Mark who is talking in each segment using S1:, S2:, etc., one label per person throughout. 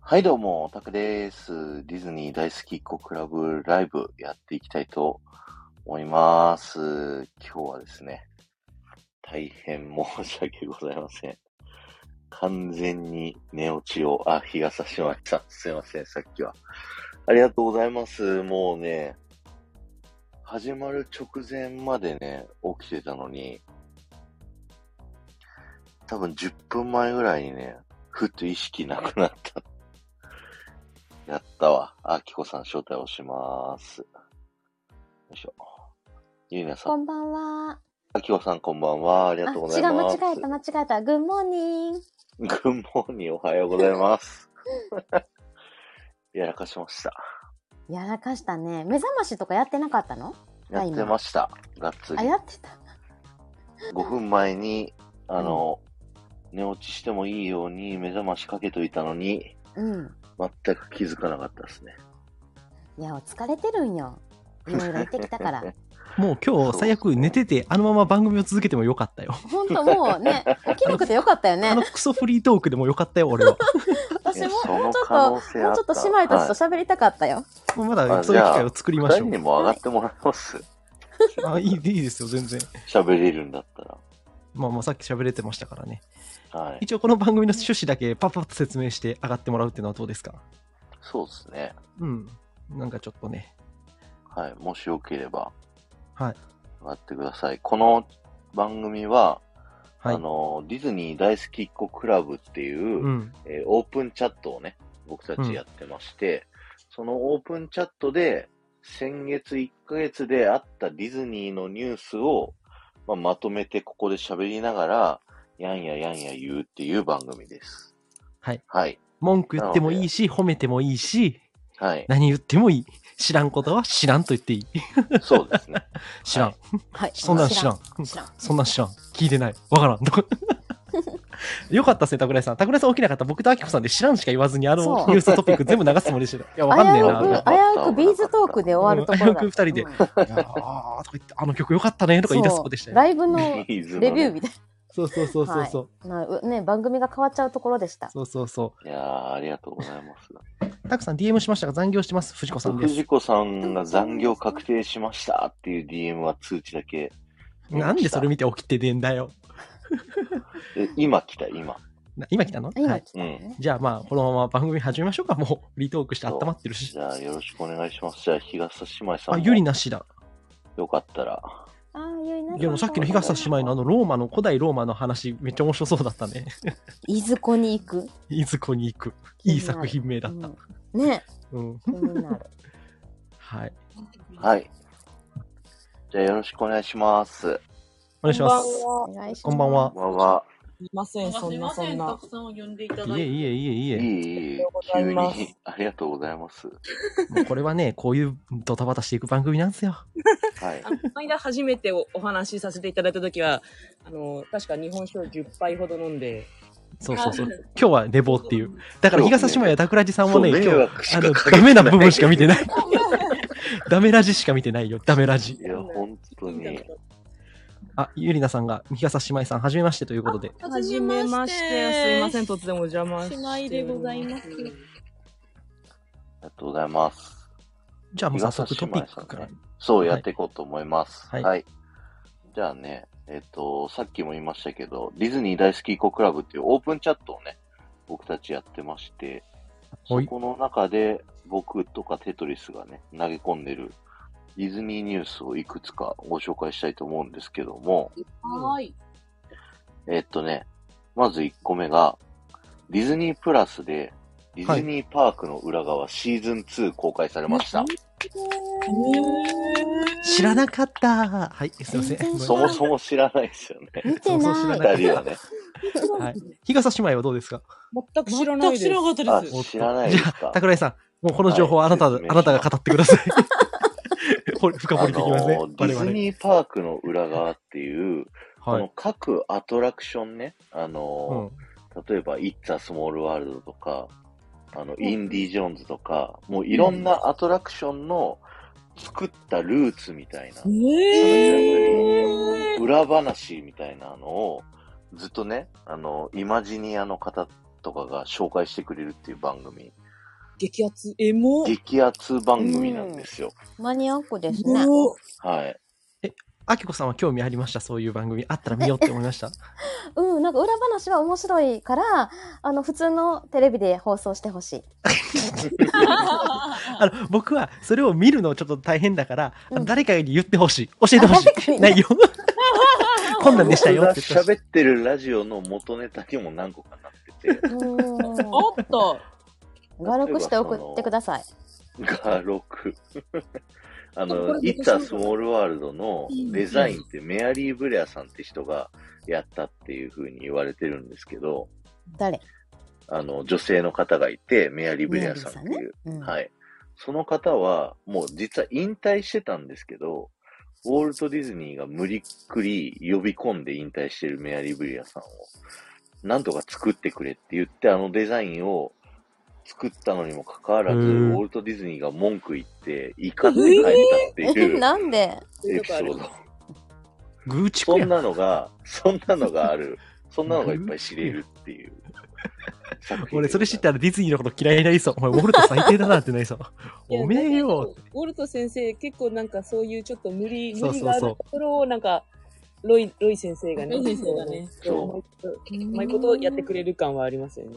S1: はい、どうも、タクです。ディズニー大好きっ子クラブライブやっていきたいと思います。今日はですね、大変申し訳ございません。完全に寝落ちを、あ、日が差しました。すいません、さっきは。ありがとうございます。もうね、始まる直前までね、起きてたのに、多分10分前ぐらいにね、ふっと意識なくなったやったわ。あ、きこさん、招待をします。よいしょ。ゆいなさ
S2: こ
S1: ん、
S2: んばんは。
S1: あきこさん、こんばんは。あり
S2: あ、
S1: が
S2: 違
S1: とう
S2: う、
S1: ございま
S2: 間
S1: す。
S2: 違えた、間違えた。グッモーニング。
S1: グッモーニーおはようございます。 やらかしました。
S2: やらかしたね。目覚ましとかやってなかったの
S1: やってました。がっつり
S2: あ、。やってた。
S1: 5分前に、あの、寝落ちしてもいいように目覚ましかけといたのに、
S2: うん。
S1: 全く気づかなかったですね。
S2: いや、お疲れてるん よ。いろいろ言ってきたから。
S3: もう今日最悪寝てて、あのまま番組を続けてもよかったよ。
S2: ほんともう ね、起きなくてよかったよ
S3: あ
S2: ね
S3: の。クソフリートークでもよかったよ、俺 は。
S2: 私も、
S1: いやその
S2: もうちょっ
S1: 可
S2: と、
S1: 能
S2: もう
S1: 性あった
S2: ちょっと姉妹たちと喋りたかったよ。
S3: もうまだ
S1: あ
S3: そういう機会を作りま
S1: 二
S3: し
S1: 人
S3: ょ
S1: に
S3: う。
S1: も上がってもらい ます。
S3: あいいいいですよ、全然。
S1: 喋れるんだったら。
S3: まあまあさっき喋れてましたからね。
S1: はい。
S3: 一応この番組の趣旨だけパパッと説明して上がってもらうっていうのはどうですか
S1: そうですね。
S3: うん。なんかちょっとね。
S1: はい。もしよければ。
S3: はい。
S1: 上がってください。この番組は、
S3: はい。
S1: あの、ディズニー大好きっ子クラブっていう、
S3: うん。
S1: えーオープンチャットをね、僕たちやってまして、そのオープンチャットで、先月1ヶ月であったディズニーのニュースを、まあ、まとめてここで喋りながら、やんややんや言うっていう番組です。
S3: はい。
S1: はい。
S3: 文句言ってもいいし、褒めてもいいし、
S1: はい。
S3: 何言ってもいい。知らんことは知らんと言っていい。
S1: そうですね。
S3: 知らん。
S1: は
S2: はい。
S3: そんなん知らん。
S2: 知らん。
S3: そんなん知らん。聞いてない。わからん。 とかよかったっすね、桜井さん。桜井さん起きなかった。僕とあきこさんで知らんしか言わずに、あの
S2: そう
S3: ニューストピック全部流すつもりで してた。いや、わかんねえな。
S2: 危
S3: と
S2: うく、
S3: か
S2: 危うくビーズトークで終わるところだ
S3: うん危うく二人で いやあーとか言って、あの曲よかったね、とか言い出す子でした
S2: そう
S3: よ。
S2: ライブのレ
S1: ビーズの
S2: ビュー
S1: ね
S2: みたい
S3: そうそうそうそうそう。
S2: な。うね、番組が変わっちゃうところでした。
S3: そうそうそ
S1: いやー、ありがとうございます。
S3: う。たくさん DM しましたが、残業してます。藤子さんです。
S1: 藤子さんが残業確定しましたっていう DM は通知だけ。
S3: なんでそれ見て起きてねえんだよ。
S1: え今来た、今。
S3: な今来たのは
S2: 今
S3: い。
S2: 来たね。
S3: じゃあまあ、このまま番組始めましょうか。もう、リトークして温まってるし
S1: じ。ゃあ、よろしくお願いします。じゃあ、日傘姉妹さ
S3: あ、
S1: ん
S3: ゆり
S1: も
S3: なしだ。
S1: よかったら。
S2: ああ、ゆいない
S3: や、もうさっきの日傘姉妹のあの、ローマの、古代ローマの話、めっちゃ面白そうだったね。
S2: いずこに行く。
S3: いずこに行く。いい作品名だった。
S2: うんね、
S3: うん。
S2: 気になる。
S3: はい。
S1: はい。じゃあ、よろしくお願いします。
S3: お願いします。
S2: お願いします。
S3: こんばんは
S1: こん。ばんは。
S4: すいません、そんなそん
S5: た
S4: な。
S5: くさんを呼んでいた
S3: い
S5: だ
S3: え
S5: い
S3: い
S5: て。
S3: え
S1: い
S3: いえいえ。
S1: い、いい
S4: ありがとうござ
S1: 急
S4: います
S1: に。 ありがとうございます。
S3: もうこれはね、こういうドタバタしていく番組なんですよ。
S1: はい
S4: あ。の、この間初めておお話しさせていただいたときは、あの、確か日本酒を10杯ほど飲んで、
S3: そうそうそう。今日は寝坊っていう。だから、日傘姉妹や桜地さん
S1: そ
S3: も
S1: う
S3: ね、今
S1: 迷
S3: 日、
S1: 惑し
S3: あ
S1: か
S3: の、
S1: かけ
S3: ダメな部分し
S1: い
S3: か見てない。ダメラジしか見てないよ。ダメラジ
S1: い。や、本当に。
S3: あ、ゆりなさんが、日傘姉妹さん、はじめましてということで。
S4: はじめまして、すいません、突然お邪魔して。
S5: 姉妹でございます
S1: ありがとうございます。
S3: じゃあ、もう早速トピックか
S1: 日傘姉妹さ
S3: ら
S1: ん。そう、
S3: はい
S1: やっていこうと思います。は。
S3: はいい
S1: じゃあね、えっ、と、さっきも言いましたけど、ディズニー大好きっ子クラブっていうオープンチャットをね、僕たちやってまして、
S3: は
S1: そ
S3: い
S1: この中で僕とかテトリスがね、投げ込んでるディズニーニュースをいくつかご紹介したいと思うんですけども、
S5: はい。
S1: えっとね、まず1個目が、ディズニープラスで、ディズニーパークの裏側シーズン2公開されました。
S3: 知らなかった。はい、すいませ
S2: 全
S3: ん。
S2: 然知
S1: そ
S2: ら
S1: も
S2: ん
S1: そも知らないですよね。
S2: 見て
S3: そうそう知ら
S2: な
S1: 二
S2: い。
S1: 人はね。
S3: はい。日傘姉妹はどうですか
S4: 全く知らないです。
S5: 全く知らなかった
S1: あ
S5: です。、
S1: 知らないです
S3: じゃ
S1: か
S3: あ、。桜井さん、もうこの情報は
S1: は
S3: あ
S1: い
S3: なた、
S1: 説明しま
S3: あ
S1: す
S3: なたが語ってくだ さい。これ深
S1: あの
S3: 掘りできますね。
S1: ーディズニーパークの裏側っていう、こ
S3: 我々
S1: の各アトラクションね、あ
S3: はい。うん
S1: のー例えば、イッツ・ア・スモール・ワールドとか、あの、インディ・ジョーンズとか、もういろんなアトラクションの作ったルーツみたいな、
S4: えー、
S1: 裏話みたいなのを、ずっとね、あの、イマジニアの方とかが紹介してくれるっていう番組
S4: 激アツ。え、もう。
S1: 激アツ番組なんですよ。
S2: マニアックですね。
S4: もう
S1: はい。
S3: あきこさんは興味ありましたそういう番組あったら見ようって思い ました
S2: うん、なんか裏話は面白いから、あの、普通のテレビで放送してほしい。
S3: あの僕はそれを見るのちょっと大変だから、あの
S2: うん
S3: 誰かに言ってほしい教えてほ し
S2: あ誰か
S3: い
S2: に
S3: 内 容 こんなんでしたよ
S1: 僕が
S3: って言ってほしい
S1: 喋ってるラジオの元ネタにも何個かなって て、
S2: うん。
S5: おっと
S2: 悪くして送ってください。
S1: が6。あ
S4: こ
S1: の、
S4: れ
S1: イッタスモールワールドのデザインってメアリー・ブレアさんって人がやったっていう風に言われてるんですけど、
S2: 誰
S1: あの、女性の方がいて、メアリー・ブレアさんって
S2: メア
S1: いう。
S2: うん。
S1: はい。その方は、もう実は引退してたんですけど、ウォルト・ディズニーが無理っくり呼び込んで引退してるメアリー・ブリアさんを、なんとか作ってくれって言って、あのデザインを作ったのにもかかわらず、
S3: へ
S1: ウ
S3: ー
S1: ォルト・ディズニーが文句言って、怒って帰ったってい
S2: え、
S1: う
S2: なんで
S1: エピソード。
S3: 愚痴
S1: そ
S3: くや
S1: んなのが、そんなのがある。そんなのがいっぱい知れるっていう。作品
S3: 俺それ知ったらディズニーのこと嫌いになりそうお前ウォルト最低だなってなりそう
S4: いや
S3: おめえよ。
S4: ウォルト先生、結構なんかそういうちょっと無理、
S3: そ
S4: 無
S3: うそう
S4: 理
S3: そう
S4: があるところをなんか、ロイ、ロイ先生がね。。
S5: ロイ先生がね
S1: そう
S4: うまいことやってくれる感はありますよね。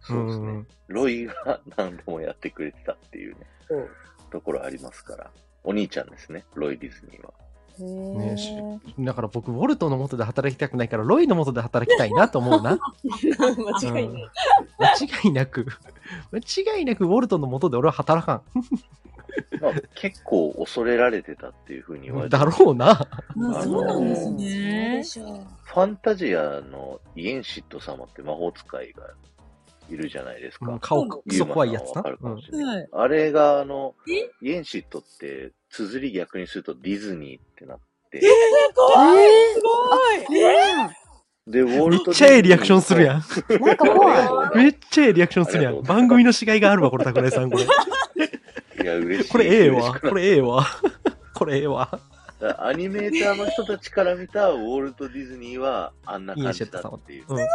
S1: そうですね。
S3: ん
S1: ロイが何でもやってくれてたっていうね。
S4: そう。
S1: ところありますから。お兄ちゃんですね、ロイ・ディズニーは。
S2: へ
S3: ねし
S2: ー
S3: だから僕ウォルトの元で働きたくないからロイの元で働きたいなと思うな
S4: 間違いない。
S3: 間違いなく 間違いなくウォルトの元で俺は働か
S1: まあ、 結構恐れられてたっていうふうに言われ
S3: ん
S1: て
S3: だろうな
S5: まあ
S1: あのー
S5: そうなんです
S4: そうで
S5: ね。
S4: しょう
S1: ファンタジアのイエンシット様って魔法使いがいるじゃないですか。
S3: うん顔ク
S1: ユ
S3: ソ
S1: ーマ
S3: 怖いやつ
S1: さんはわか
S3: な
S1: るかもしれ
S5: は
S1: ない
S5: い。
S1: あれが、あの、イエンシットって、綴り逆にするとディズニーってなって、
S4: 怖い
S2: え
S4: すごい
S1: ー、で、ウォ
S3: めっ
S1: ルト・
S3: ちゃええリアクションするやん
S2: ーなんか
S1: あり
S2: 怖
S1: が
S2: い
S1: と。うござい
S3: め
S1: ま
S3: っちゃええリアクションするや
S1: あり
S3: ん。
S1: がとうございます
S3: 番組のしがいがあるわ、これ、桜井さん。これ、
S1: す。いや、嬉しい。
S3: これええ
S1: 嬉し
S3: わ。
S1: く
S3: これええわ。これええわ。
S1: だからアニメーターの人たちから見たウォルト・ディズニーはあんな感じだっていう。
S3: うん
S1: はい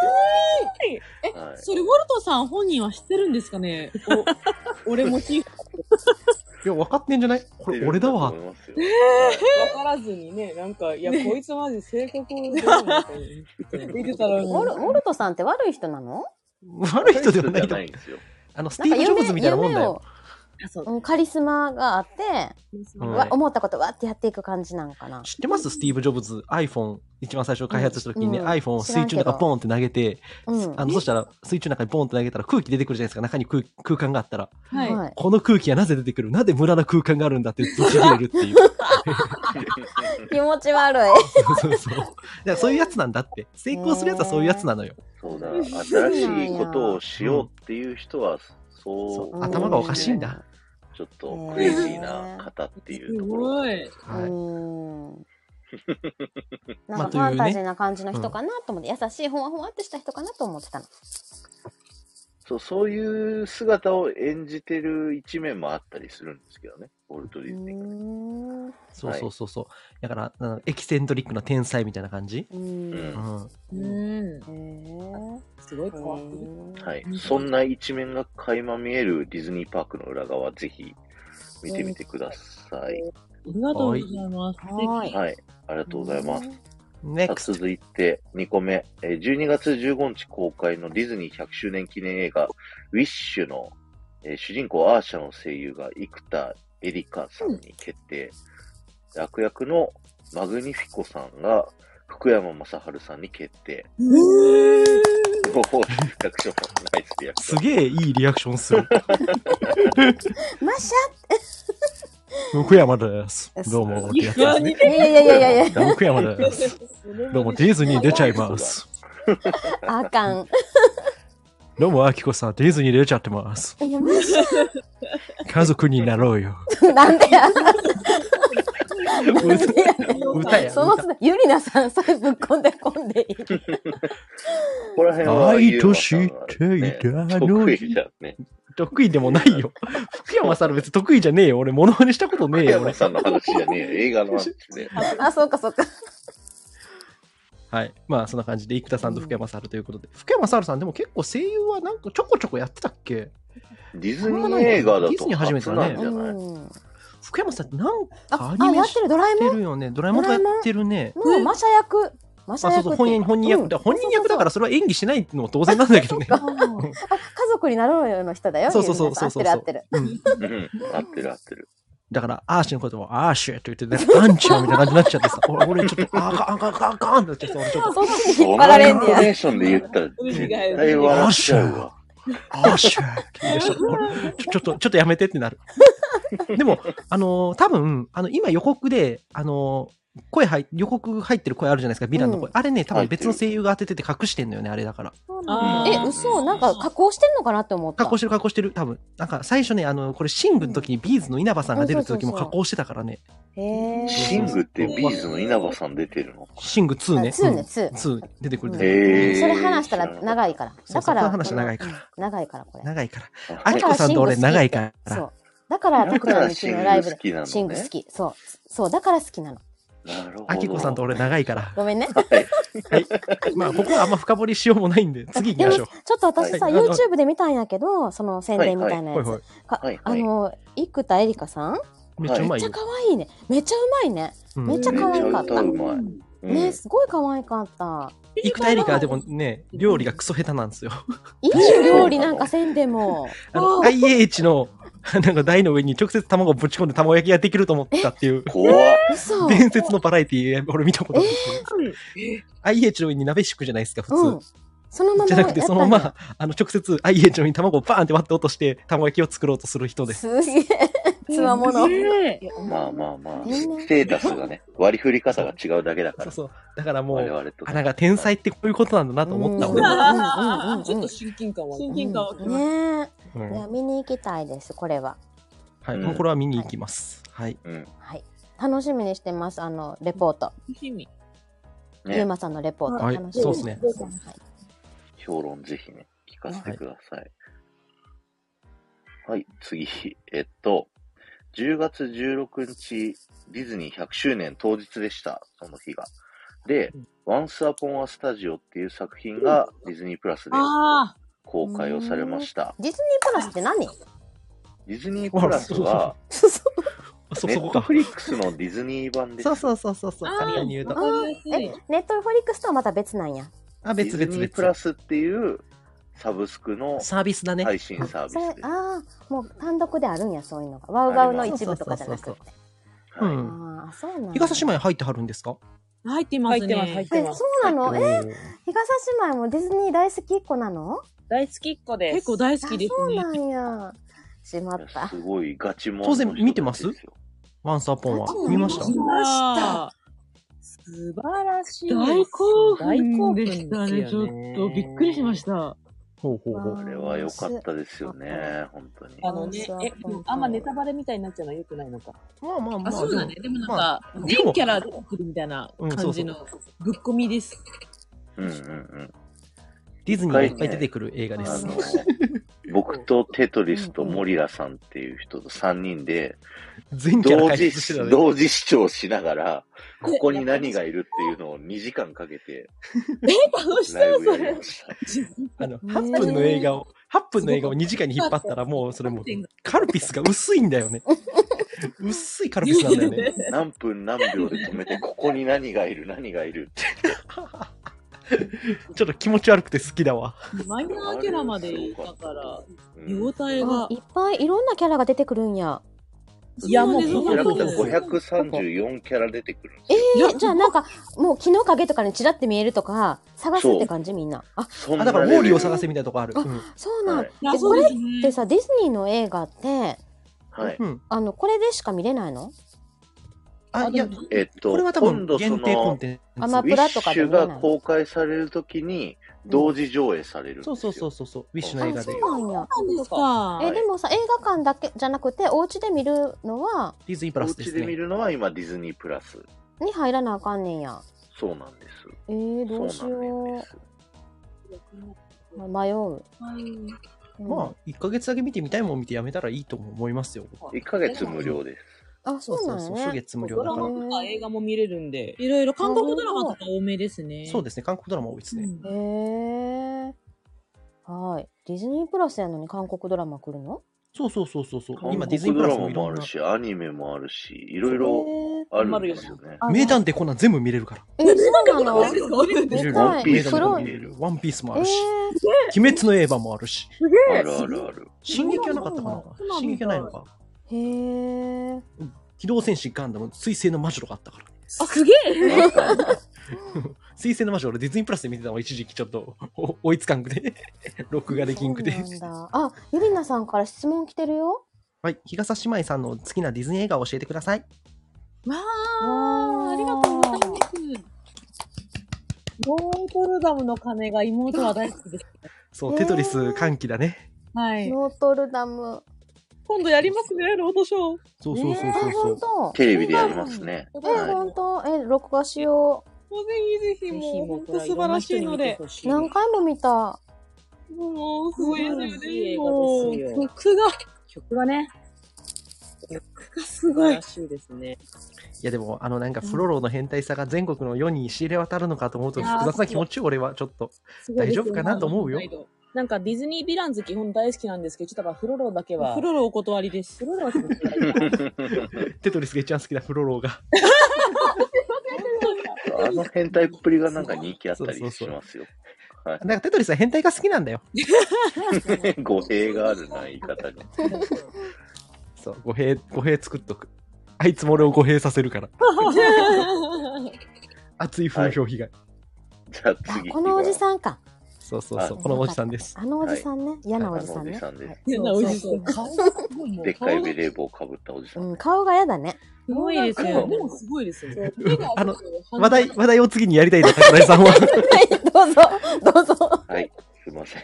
S5: それ、ウォルトさん本人は知ってるんですか ねお俺モチーフ。
S3: いや、分かってんじゃないこれ、俺だわ
S1: 知って。るんと思いますよ。
S4: わからずにね、なんか、いや、こいつマジ性格をどうなんだろう見てたら、
S2: ウォルウォルトさんって悪い人なの
S3: 悪い人ではない
S1: 悪い人じゃ
S3: と思う
S1: ないんですよ。
S3: あの、ス
S2: な
S3: テ
S2: ん
S3: ィー
S2: か
S3: ブ・
S2: 夢
S3: ジョブズみたいなもんだ
S2: 夢
S3: よ
S2: を。、
S4: あそう
S2: うんカリスマがあって、
S3: うん
S2: わ思ったことわってやっていく感じなんかな。
S3: 知ってますスティーブ・ジョブズ、iPhone、一番最初開発した時にね、
S2: うん
S3: iPhone を
S2: 知ら
S3: 水
S2: んけ
S3: 中
S2: ど
S3: の中ボーンって投げて、
S2: うん。
S3: あの、そしたら、水中の中にボーンって投げたら空気出てくるじゃないですか、中に空空間があったら。
S5: はい。
S2: はい
S3: この空気がなぜ出てくるなぜ無駄な空間があるんだって、ぶち切れるって いう。
S2: 気持ち悪い。
S3: そうそう。だからそういうやつなんだって。成功するやつはそういうやつなのよ。
S1: そうだ、新しいことをしようっていう人は、そう、
S3: そう頭がおかしいんだ。
S1: ちょっとクレイジーな方っていう
S5: す
S1: ところ
S5: ご
S1: が。
S5: い。
S2: う
S3: はい
S2: ーん。
S3: ま
S2: な
S3: あ
S2: ん
S3: と
S2: か
S3: い
S2: ファ
S3: うね
S2: ンタジーな感じの人かなと思って、優しいほわほわってした人かなと思ってたの。
S1: そう、そういう姿を演じてる一面もあったりするんですけどね、ウォルト・ディズニーがね。
S2: う
S3: そうそうそうそう。だから、うんエキセントリックな天才みたいな感じ。
S2: ーん。
S1: う
S2: う
S3: うんん。
S5: うん。
S2: ーん。へ
S4: すごい変わってる。
S2: ー
S1: はい。そんな一面が垣間見えるディズニーパークの裏側、ぜひ見てみてください。
S5: ありがとうございます。
S2: はーい。
S1: はい。ありがとうございます。さあ
S3: NEXT。
S1: 続いて2個目、えー12月15日公開のディズニー100周年記念映画、ウィッシュの、えー主人公アーシャの声優が生田エリカさんに決定、で悪役のマグニフィコさんが福山雅治さんに決定。おお、リアクション、ナイスリアクシ
S3: す
S1: ョン。
S3: げえいいリアクション する。
S2: マシ
S3: 福山です。どう
S1: そ
S3: も。
S1: う
S3: リアクション
S2: ャいやいやいやいや いや、
S3: 福山です。どうも、ディズニー出ちゃいます。
S2: あかん。
S3: どうも、あきこさん、ディズニー出ちゃってます。
S2: いや、マシャ
S3: 家族になろうよ。
S2: なんでや。なんでや
S3: 歌や。
S2: その
S3: 歌、
S2: ゆりなさん、それぶっこんでこんでいい。
S1: ここら辺は、
S3: 愛
S1: ゆう
S3: と
S1: ま
S3: 知
S1: さ
S3: っ
S1: ん
S3: て
S1: が
S3: いたの
S1: ね
S3: に
S1: 得意じゃんね。
S3: 得意でもないよ。福山さん別に得意じゃねえよ。俺、物にしたことねえ
S1: 福
S3: よ。
S1: 山
S3: 俺。
S1: さんの話じゃね えよ。映画の話で。
S2: あ、そうかそうか。
S3: はい。まあ、そんな感じで、生田さんと福山さんということで。福山さんさん、でも結構声優はなんかちょこちょこやってたっけ
S1: ディズニー映画だと
S3: ディズニー初めてだね
S1: 初なんじゃない、
S6: うん。
S3: 福山さんってなんか
S6: あ
S3: ア、ニ
S6: あ、
S3: メ
S6: や
S3: やっ
S6: ってるドラえも
S3: て
S6: ん
S3: るよね。ドラえもんがやってるね。
S6: のマシャ役。マシャ
S3: あ、そ
S6: 役
S3: う
S6: って
S3: そう、本人本人役。
S6: うん
S3: だから本人役だからそれは演技しないのも当然なんだけどね。
S6: あ家族になろうよの人だよ。
S3: そうそうそう
S6: ゆみなさん
S3: そうそうそう
S6: 合ってる合って
S3: うん
S1: うん合ってる合ってる。
S3: だから、アーシュのことをアーシュって言って、なんかアンチャーみたいな感じになっちゃってさ、俺俺ちょっと、あかんあかんあかんあかんってなっちゃってさ、俺ちょっ
S6: る。
S3: と、
S6: そっちに引
S1: そ
S6: っ
S1: の
S6: 張られ
S1: イ
S6: ん
S1: ン
S6: ね
S1: ト
S6: や。
S1: ネーションで言ったら絶対笑っちゃうわ。
S3: アーシュって言ってちょっと俺ちょちょっと、ちょっとやめてってなる。でも、あのー多分、あの、今予告で、あのー声入っ、予告入ってる声あるじゃないですか、ヴィランの声。あれね、多分別の声優が当ててて隠してんのよね、あれだから。
S4: あ
S6: え
S4: ー、
S6: 嘘なんか加工してんのかなって思った。
S3: 加工してる加工してる多分なんか最初ねあのこれシングの時にビーズの稲葉さんが出る時
S6: そうそう
S3: も
S6: そうそ
S3: 加
S6: う
S3: 工してたからね
S6: へえ。
S1: シングってビーズの稲葉さん出てるの
S3: シング2ね
S6: あツーねツー
S3: うんツー出てくる
S6: うん
S3: ね
S1: へー
S6: それ話したら長いから。
S3: そう
S6: だ
S3: そ
S6: か
S3: うこの
S6: ら、
S3: 話長い
S6: こ
S3: から
S6: の長いからこれ。
S3: 長いから
S1: あ
S3: あきこさんと俺長いか
S6: そ
S3: ら
S6: う。だから、
S1: だ
S6: 特
S1: か
S6: に
S1: ら
S6: う
S1: シ
S6: ち
S1: ング
S6: のライブ
S1: 好
S6: で。
S1: きなんだね。
S6: シング好き。そう。そう、だから好きなの。
S1: なるほど。
S3: あきこさんと俺長 いから
S6: ごめんね。
S3: まあここはあんま深掘りしようもないんで次行き
S6: でも、
S3: まし
S6: ち
S3: ょ
S6: ょ
S3: う
S6: っと私さ、
S3: はいあの
S6: YouTube で見たんやけど、その宣伝みたいな
S3: ほ
S6: や
S3: いほい
S6: つ。か
S1: はい
S6: あ
S1: はい
S6: の、生田絵梨花さん
S3: めっちゃう
S6: め
S3: ま
S6: っ
S3: い
S6: ちゃ
S3: よ
S6: 可愛いね。めっちゃうまいね。
S3: うん
S6: めっちゃ
S1: めっ
S6: 可
S1: ち
S6: 愛
S1: ゃ
S6: かっ
S1: 歌
S6: た。
S1: うまい。うん
S6: ね、すごい可愛かった。
S3: 生田絵梨花はでもね料理がクソ下手なんですよ
S6: いい料理なんかせんでも。
S3: あの IH の なんか台の上に直接卵をぶち込んで卵焼きができると思ったっていう
S1: 怖っ。
S6: 嘘。うん。
S3: 伝説のバラエティー俺見たことある IH の上に鍋敷くじゃないですか普通、
S6: そのまま
S3: じゃなくて、
S6: やっ
S3: そ
S6: た
S3: のま
S6: ん
S3: ま
S6: だ、
S3: あの、直接 IH の上に卵をバーンって割って落として、卵焼きを作ろうとする人です。
S6: すげえ。つわもの。
S1: まあまあまあ、
S6: ね
S1: ステータスがね、割り振り方が違うだけだか
S3: そう
S1: ら、
S3: そう。だからも
S1: 我
S3: う、
S1: 々と
S3: あ、。なんか天才ってこういうことなんだなと思った、
S6: うん
S3: 俺も。
S6: うんうんうんうん
S4: ちょっと親近感はある。
S5: 親近感を
S6: うんね
S3: う
S6: え。
S3: ん
S6: いや、見に行きたいです、これは。
S3: はい。
S1: うん
S3: もうこれは見に行きます。はい。
S1: うん。
S6: はい。楽しみにしてます、あの、レポート。ゆう
S1: ね、
S6: まさんのレポート。
S3: はい
S6: 楽しみに
S3: そうで
S6: してますはい
S1: 評論ぜひね、聞かせてください。はい、次。えっと、10月16日、ディズニー100周年当日でした、その日が。で、Once Upon a Studio っていう作品がディズニープラスで
S5: あ
S1: 公開をされました。
S6: ディズニープラスって何
S1: ディズニープラスは、
S3: そ、
S1: ネ
S3: そ
S1: ッ
S3: こ
S1: ト
S3: か
S1: フ。リックスのディズニー版です
S3: そうそうそうそう。そう簡単に言うと。
S5: あ、
S6: え、ネットフリックスとはまた別なんや。
S3: あ、別
S1: ディズ
S3: 別
S1: ニープラ
S3: 別。
S1: スっていうサブスクの
S3: サービスだね。
S1: 配信サービ
S6: それ、
S1: スです。
S6: ああ、もう単独であるんや、そういうのが。ワウワウの一部とかじゃなく
S3: あり
S6: て。
S3: う
S1: はい
S3: ん。
S6: ああ、そうなんだ。
S3: 東姉妹入ってはるんですか
S5: 入ってますね。
S6: え、そうなのえ、
S3: え
S6: 東姉妹もディズニー大好きっ子なの
S4: 大好きっ子です。
S5: 結構大好きです
S6: そう
S5: ね。
S6: なんや。しまっ
S1: いや
S6: た。
S1: すごいガチモン
S3: 当然見てます
S1: の人たちですよ
S3: ワンサーポンは
S6: あそう。なの
S3: 見ました
S6: そう
S4: 素晴らしい。
S5: 大興
S4: 大興
S5: 奮でしたね。ちょっとびっくりしまし。た。
S3: ほうほうほ
S1: こ
S3: う。
S1: れは良かったですよね、本当に。
S4: あのね、え、あんまネタバレみたいになっちゃうのは良くないのか。
S3: まあまあまあ。
S5: あ、そうだね。でもなん
S3: ま
S5: か、全キャラ出てくるみたいな感じのぶっ込みです。
S1: うんうんうん。
S3: ディズニーがいっぱい出てくる映画で
S1: あ
S3: す。
S1: の、僕とテトリスとモリラさんっていう人と3人で、
S3: 全キャラ
S1: 同
S3: 解
S1: 時
S3: 説してた、ね。
S1: 同時視聴しながら、ここに何がいるっていうのを2時間かけて、
S5: 楽しそ
S1: ライ
S5: う、
S1: ブ
S5: そ
S1: やり
S5: れ
S1: ま。 した。
S3: あの、
S6: ね
S3: 8分の映画を、8分の映画を2時間に引っ張ったらもうそれもうカルピスが薄いんだよね。薄いカルピスなんだよ ね。
S1: 何分何秒で止めて、ここに何がいる、何がいるって。
S3: ちょっと気持ち悪くて好きだわ。
S5: マイナーキャラまでいたから、
S1: うん
S5: 見応え
S6: あ
S5: が。
S6: いっぱいいろんなキャラが出てくるんや。
S5: いやもう
S1: 少なくとも534キャラ出てくるんですよ。
S6: えーじゃあなんか、もう木の陰とかにちらって見えるとか、探すって感じみんな。あ、
S1: そん
S3: あ、
S1: な
S3: だからウ
S1: レベ
S3: ォー
S1: ル
S3: リーを探せみたいなとこある。うん
S6: そうなん。
S1: はい
S6: で、
S5: あ
S6: これ
S5: すね
S6: ってさ、ディズニーの映画って、
S1: はい。
S3: うん。
S6: あの、これでしか見れないの
S3: あ、いや、
S1: えっと、
S3: これは多
S1: 今
S3: 分
S1: 度そ
S3: 限定コ
S1: の
S3: ン、テンツ。
S6: あま
S1: ウィッシュが公開されるときに同時上映されるんです
S3: そ
S1: よ。
S3: うそうそうそうそう。ウィッシュの映
S6: あ、
S3: 画
S6: そ
S3: で
S6: う。なんや。
S5: そうなんですか。
S6: え、でもさ、映画館だけじゃなくて、お家で見るのは、
S3: ディズニープ
S1: お
S3: ラスで
S1: 家
S3: す
S1: で見
S3: ね。
S1: るのは今ディズニープラス。
S6: に入らなあかんねんや。
S1: そうなんです。
S6: えー、どうし
S1: そうなんで
S6: よ
S1: す。
S6: う。迷う。うん
S3: まあ、1ヶ月だけ見てみたいもん見てやめたらいいと思いますよ。
S1: 1ヶ月無料です。
S6: あ、そうなんや
S3: 初
S6: ね。
S3: 月無料
S4: ド
S3: だ
S4: ラ
S3: か
S4: マ
S3: ら。
S4: とか映画も見れるんで。
S5: いろいろ韓国ドラマとか多めですね。
S3: そうですね。韓国ドラマ多いです
S6: へ
S3: ね。
S6: え。はい。ディズニープラスやのに韓国ドラマ来るの
S3: そうそうそうそうそう。今
S1: 韓
S3: ディズニ
S1: 国ド
S3: ープラ
S1: ラ
S3: スも
S1: マ
S3: い
S1: も
S3: ろ
S1: あ
S3: んな
S1: る。し、アニメもあるし、いろいろあるんですよね。
S6: あの
S3: 名探偵コナン全部見れるから。
S6: え、そうなの
S5: 見れるの見れるの
S6: 見
S3: る
S6: た
S1: ワンピ
S6: い。
S1: ー
S3: 名
S1: ス
S6: プ
S3: 探
S6: ロ
S3: 偵
S1: も
S3: 見
S1: 見
S3: れ
S1: れる
S3: る。ワンピースも
S6: え
S3: あるし、
S6: ー
S3: 鬼滅の刃もあるし、
S1: あるあるある。
S3: 進撃はなかったかな
S5: そうなんだ
S3: 進撃はないのか。
S6: へえ。
S3: 機動戦士ガンダム、水星の魔女とかあったから。
S5: あ、すげえ
S1: あったあった
S3: 水星の魔女、俺ディズニープラスで見てたの、一時期ちょっと お追いつかんくて、 録画できんくて。
S6: そうなんだ。あ、ゆりなさんから質問来てるよ。
S3: はい、日笠姉妹さんの好きなディズニー映画を教えてください。
S5: わ
S6: わー
S5: ー、ありがとうございます。ノートルダムの鐘が妹は大好きです。
S3: そう、
S6: えー
S3: テトリス歓喜だね。
S5: はい。
S6: ノートルダム。
S5: 今度やりますね、ロードショー。
S3: そうそうそうそうそう。
S6: え、ほんと。
S1: テレビでやりますね。
S6: え、
S1: は
S6: ほんと。え、録画しよ
S5: もうぜひぜひ、
S4: ぜ
S5: も
S4: ひ
S5: う
S4: も
S5: 本
S4: う
S5: 当素晴らしいので。。
S6: う。何回も見た。
S5: もう、すごいで
S4: 素晴ら
S5: す
S4: しい
S5: よね。
S4: 映
S5: も
S4: 画ですよ
S5: う、曲が、
S4: 曲がね、
S5: 曲がす
S4: 素
S5: ご
S4: 晴
S5: い
S4: ら。しいですね。
S3: いやでも、あのなんかフロローの変態さが全国の世に知れ渡るのかと思うと
S5: いやー
S3: 複雑な気持ちよ、俺はちょっと。
S5: すごいですよ
S3: 大丈夫かなと思うよ。
S4: なんかディズニーヴィランズ基本大好きなんですけど、ちょっとやっぱフロロだけは。
S5: フロロお断りです。
S4: フロロはちょっと 嫌いだ
S3: テトリスが一番好きなフロローが。
S1: い。あの変態っぷりがなんか人気あったりしますよ。はい。
S3: なんかテトリスは変態が好きなんだよ。
S1: 語弊があるな、言い方に。
S3: そう、語弊、語弊作っとく。あいつも俺を語弊させるから。熱い風評被害。
S1: じゃあ
S6: あ
S1: 次。、
S6: このおじさんか。
S3: そうそうそう、
S1: はい
S3: このおじさんです。
S6: あのおじさんね。嫌なおじさんね。
S1: あのおじさんです
S6: はい
S5: 変なおじさん。
S4: そう
S5: 顔がすごいもう。
S1: でっかいベレー帽をかぶったおじさん
S6: うん、。顔が嫌だね。
S5: すごいですよ。もうすごいですよ。
S3: あの、話題、話題を次にやりたいんだ、桜井さんは。
S6: はい、どうぞ、どうぞ。
S1: はい、すいません。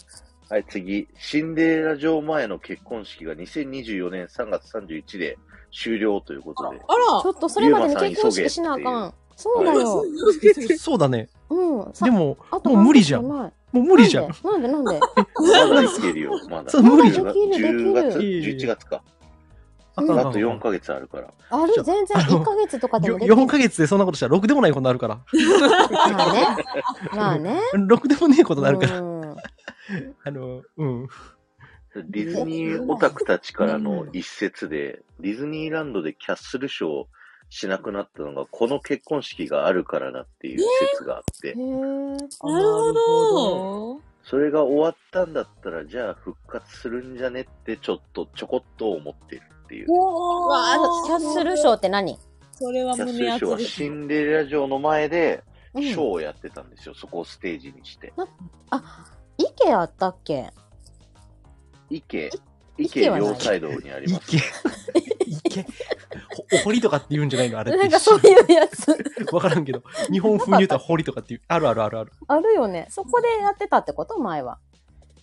S1: はい、次。シンデレラ城前の結婚式が2024年3月31日で終了ということで。
S6: ち
S5: あ
S6: ょっとそれまでに
S1: ゆうまさん
S6: 結婚式しなあか
S1: 急げ
S6: ん。そうだ
S5: ら
S6: よ。
S3: そうだね。
S6: うん。さ
S3: で、も、
S6: あと
S3: もう無理じゃん。も
S6: 半年もないう
S3: 無理じゃん。
S6: なんでなん でなんで
S1: まだいけるよ、まだ。
S3: そう無理じ
S6: ゃん
S1: 10月、
S3: できるできる
S1: 11月か。
S3: あ
S1: あと
S6: うん
S1: 4ヶ月あるから。
S6: あれ全然
S3: あの
S6: 1ヶ月とかでもできる。
S3: 4ヶ月でそんなことしたら、ろくでもないことになるから。
S6: まあね。まあね。
S3: ろくでもねえことになるから。
S6: うん
S3: あの、うん。
S1: ディズニーオタクたちからの一節で、ディズニーランドでキャッスルショーをしなくなったのが、この結婚式があるからだっていう説があって、
S6: へえ。
S5: なるほど。
S1: それが終わったんだったら、じゃあ復活するんじゃねって、ちょっとちょこっと思ってるっていう。
S5: お
S6: わあ、キャッスルショーって何
S5: それは
S1: キャッス
S5: 胸
S1: ルショ
S5: 熱
S1: ーは
S5: です
S1: シ。ンデレラ城の前で、
S6: う
S1: ショー
S6: ん。
S1: をやってたんですよ。そこをステージにして。
S6: あ、イケあったっけ
S1: 池、
S6: 池
S1: 池
S6: はない
S1: 両サイドにあり
S3: い
S1: ます。
S3: け。いけ。ほお堀とかって言うんじゃないのあれっ
S6: なん
S3: て
S6: か。そういうやつ。
S3: わからんけど。日本風に言うたら堀とかっていう。あるあるあるある。
S6: あるよね。そこでやってたってこと前は。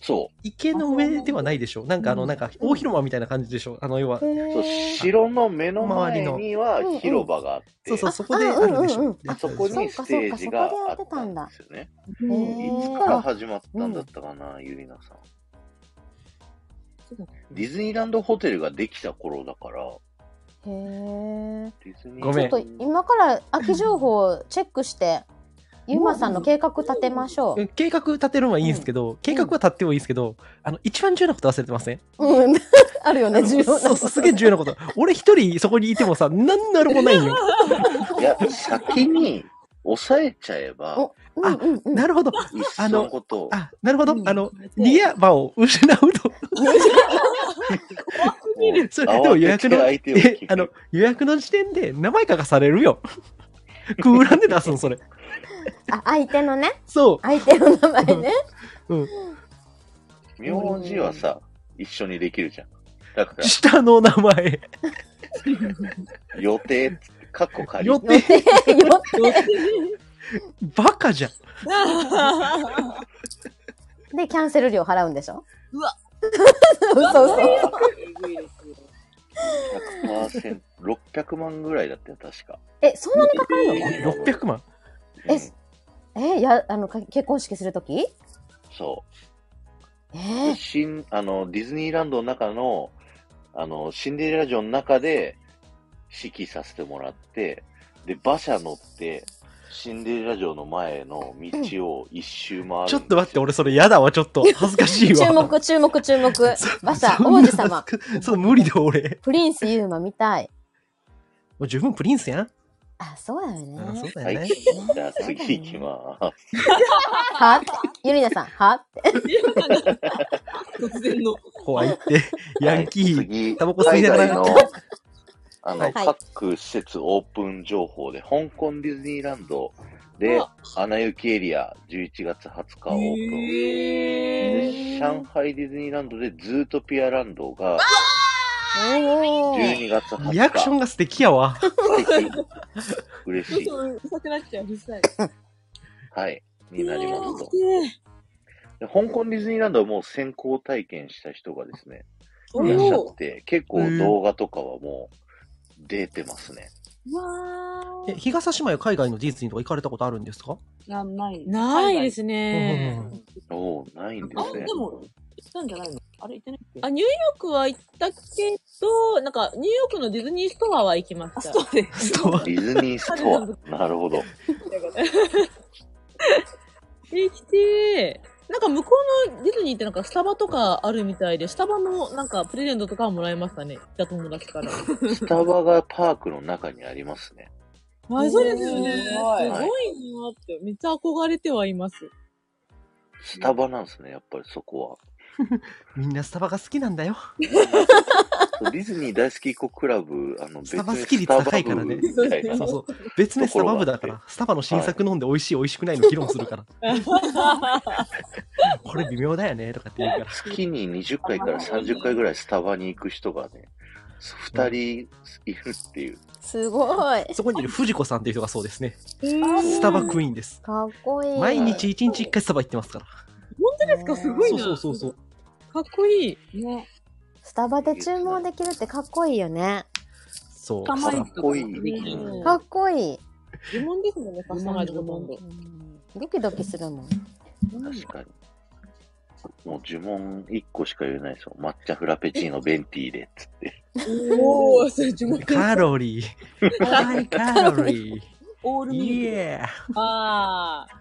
S1: そ
S3: 池の上ではないでしょ。なんかあ
S5: う
S3: の、
S5: ん
S3: なんか大広間みたいな感じでしょ。あの、要は
S6: へ。
S1: う。そう
S6: え。
S1: 城の目の前には
S6: 周りの
S1: 広場があって、
S3: そうそう、
S6: あ
S3: そこであるでし
S6: うんうんう
S3: ょ
S6: ん。
S3: で
S6: あ
S1: そこにステージがあったんですよね。
S6: うん
S1: いつから始まったんだったかな、ゆりなさん。ディズニーランドホテルができた頃だから、
S6: へ
S1: デ
S6: え。
S1: ィズニー
S3: ごめん
S6: ちょっと今から秋情報をチェックして、ゆうまさんの計画立てましょう。
S3: 計画立てるのはいいんですけど、計画は立ってもいいですけど、あの、一番重要なこと忘れてません
S6: うん、 あるよね、重要な
S3: そうそう、すげえ重要なこと。俺一人そこにいてもさ、なんなるもないんよ。
S1: いや、先に抑えちゃえば
S6: お、うんうんうん。
S3: なるほど。
S1: いっそのこと、
S3: あ、なるほど
S5: う。ん
S3: あの、リア場を失うと。
S1: もう
S3: それでも予
S1: 慌
S3: 約
S1: てて
S3: の、
S1: 相手を
S3: え
S1: 聞、
S3: あの、予約の時点で名前書かされるよ。空欄で出すの、それ。
S6: あ、相手のね、
S3: そ
S6: 相手の名前ね。
S1: く、名字はさ、一緒にできるじゃん。だか
S3: う。下の名前。
S1: ら、予定、かっこ仮
S3: 予
S1: に。
S6: 予
S3: 定、
S6: 定、 よ
S3: バカじゃん。
S6: で、キャンセル料払うんでしょ
S5: うわ
S6: 嘘嘘。
S1: 100%、600万ぐらいだったよ、確か。
S6: え、そんなにかかるの
S3: 600万。
S1: うん
S6: ええ、や、あの、か結婚式するとき
S1: そう。
S6: え
S1: で
S6: ー、
S1: 新あのディズニーランドの中のあのシンデレラ城の中で指揮させてもらってで馬車乗ってシンデレラ城の前の道を一周回る。
S3: ちょっと待って、俺それ嫌だわ、ちょっと。恥ずかしいわ。
S2: 注目、注目、注目。馬車、
S3: そんな
S2: 王子様。。
S3: そう、無理だ、俺。
S2: プリンスユーマ見たい。
S3: もう十分プリンスやん。
S2: あ、そうだよ
S3: うんそ
S2: ね
S3: う。だ
S1: は
S3: よね
S1: い。。じゃあ次行きます。
S2: はって。ゆりなさん、はって。
S4: 突然の。
S3: 怖いって。ヤンキ
S1: はい
S3: ー。
S1: 次
S3: タバコ吸いながら
S1: 海外の、あの、
S2: はい
S1: 各施設オープン情報で、香港ディズニーランドで、アナ雪エリア11月20日オープン。
S4: へ
S1: で上海ディズニーランドでズートピアランドが
S2: おー。
S1: 12月20日。
S3: リアクションが素敵やわ。
S1: 素敵嬉しい。
S5: うるさくなっちゃう、うるさい。
S1: はい。になりますと。
S5: えー
S1: で香港ディズニーランドはもう先行体験した人がですね、
S5: お
S1: いらっしゃ
S5: ー
S1: って、結構動画とかはもう出てますね。
S5: わ
S3: え、
S5: ー
S3: 日笠姉妹は海外のディズニーとか行かれたことあるんですか
S4: なない。。
S5: ないですすね。
S1: おおないんで
S4: あ、
S1: すね
S4: で。も、したんじゃないのあれ、行ってないっけ
S5: あ、ニューヨークは行ったけど、なんか、ニューヨークのディズニーストアは行きました。
S4: あ、そうです。
S3: ストア。
S1: ディズニースト ア。なるほど。
S5: できて、なんか向こうのディズニーってなんかスタバとかあるみたいで、スタバのなんかプレゼントとかはもらえましたね。行った友達から。
S1: スタバがパークの中にありますね。
S5: あそうですよね。す
S4: す
S5: ご
S4: ご
S5: い
S4: い
S5: なーって、めっちゃ憧れてはいます。
S1: スタバなんですね、やっぱりそこ
S3: みんなスタバが好きなんだよ。
S1: は。ディズニー大好きっ子クラブ、あの、別
S3: スタバ
S1: に
S3: 好き率
S1: スタバ
S3: 高いからね
S1: 部みた いな
S3: そうそう。別名スタバ部だから、スタバの新作飲んで美味しい美味しくないの議論する から。これ微妙だよね、とかって言うから。
S1: 月に20回から30回ぐらいスタバに行く人がね、2人いるっていう。
S2: すごい。
S3: そこにいる藤子さんっていう人がそうですね。
S5: ス
S3: スタバクイーンです。
S2: かっこいい。
S3: 毎日1日1回スタバ行ってますから。
S5: 本当ですかすごい
S3: そ
S5: な。
S3: うそうそうそう。
S5: かっこいい。
S4: ね。
S2: スタバで注文できるってかっこいいよね。
S3: そう。
S4: かまい
S1: かっこいい。
S4: うん
S1: うん
S2: かっこいい。
S5: 呪文ですもんね、カスタマイズ呪文で。
S2: ドキドキするもん。
S1: 確かに。もう呪文1個しか言えないですよ。抹茶フラペチーノベンティーでっつって。。
S5: おー、それ呪文。
S3: カロリー。 ハイカロリ
S5: オー
S3: ー。
S5: ル
S3: イ
S5: ミルク。
S3: エー。
S5: あー。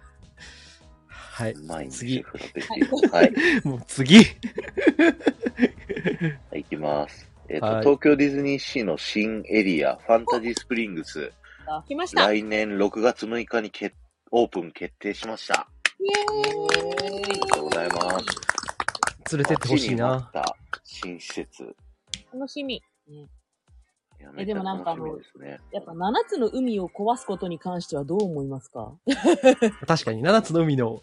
S3: はいう
S1: まいんです
S3: 次
S1: よ、フラペチーノ。はい。
S3: もう次。
S1: はい、行きます。えっと、
S3: はい
S1: 東京ディズニーシーの新エリア、ファンタジースプリングス、
S5: 来ました。イ
S1: 来年6月6日にけオープン決定しました。あ
S5: エー
S1: りがとうございます。
S3: 連れてってほしいな。
S1: 待ちに待った新施設。
S5: イ楽しみ。
S1: いや
S4: えでもなんかあの
S1: めっちゃ楽しみですね
S4: やっぱ7つの海を壊すことに関してはどう思いますか
S3: 確かに、7つの海の。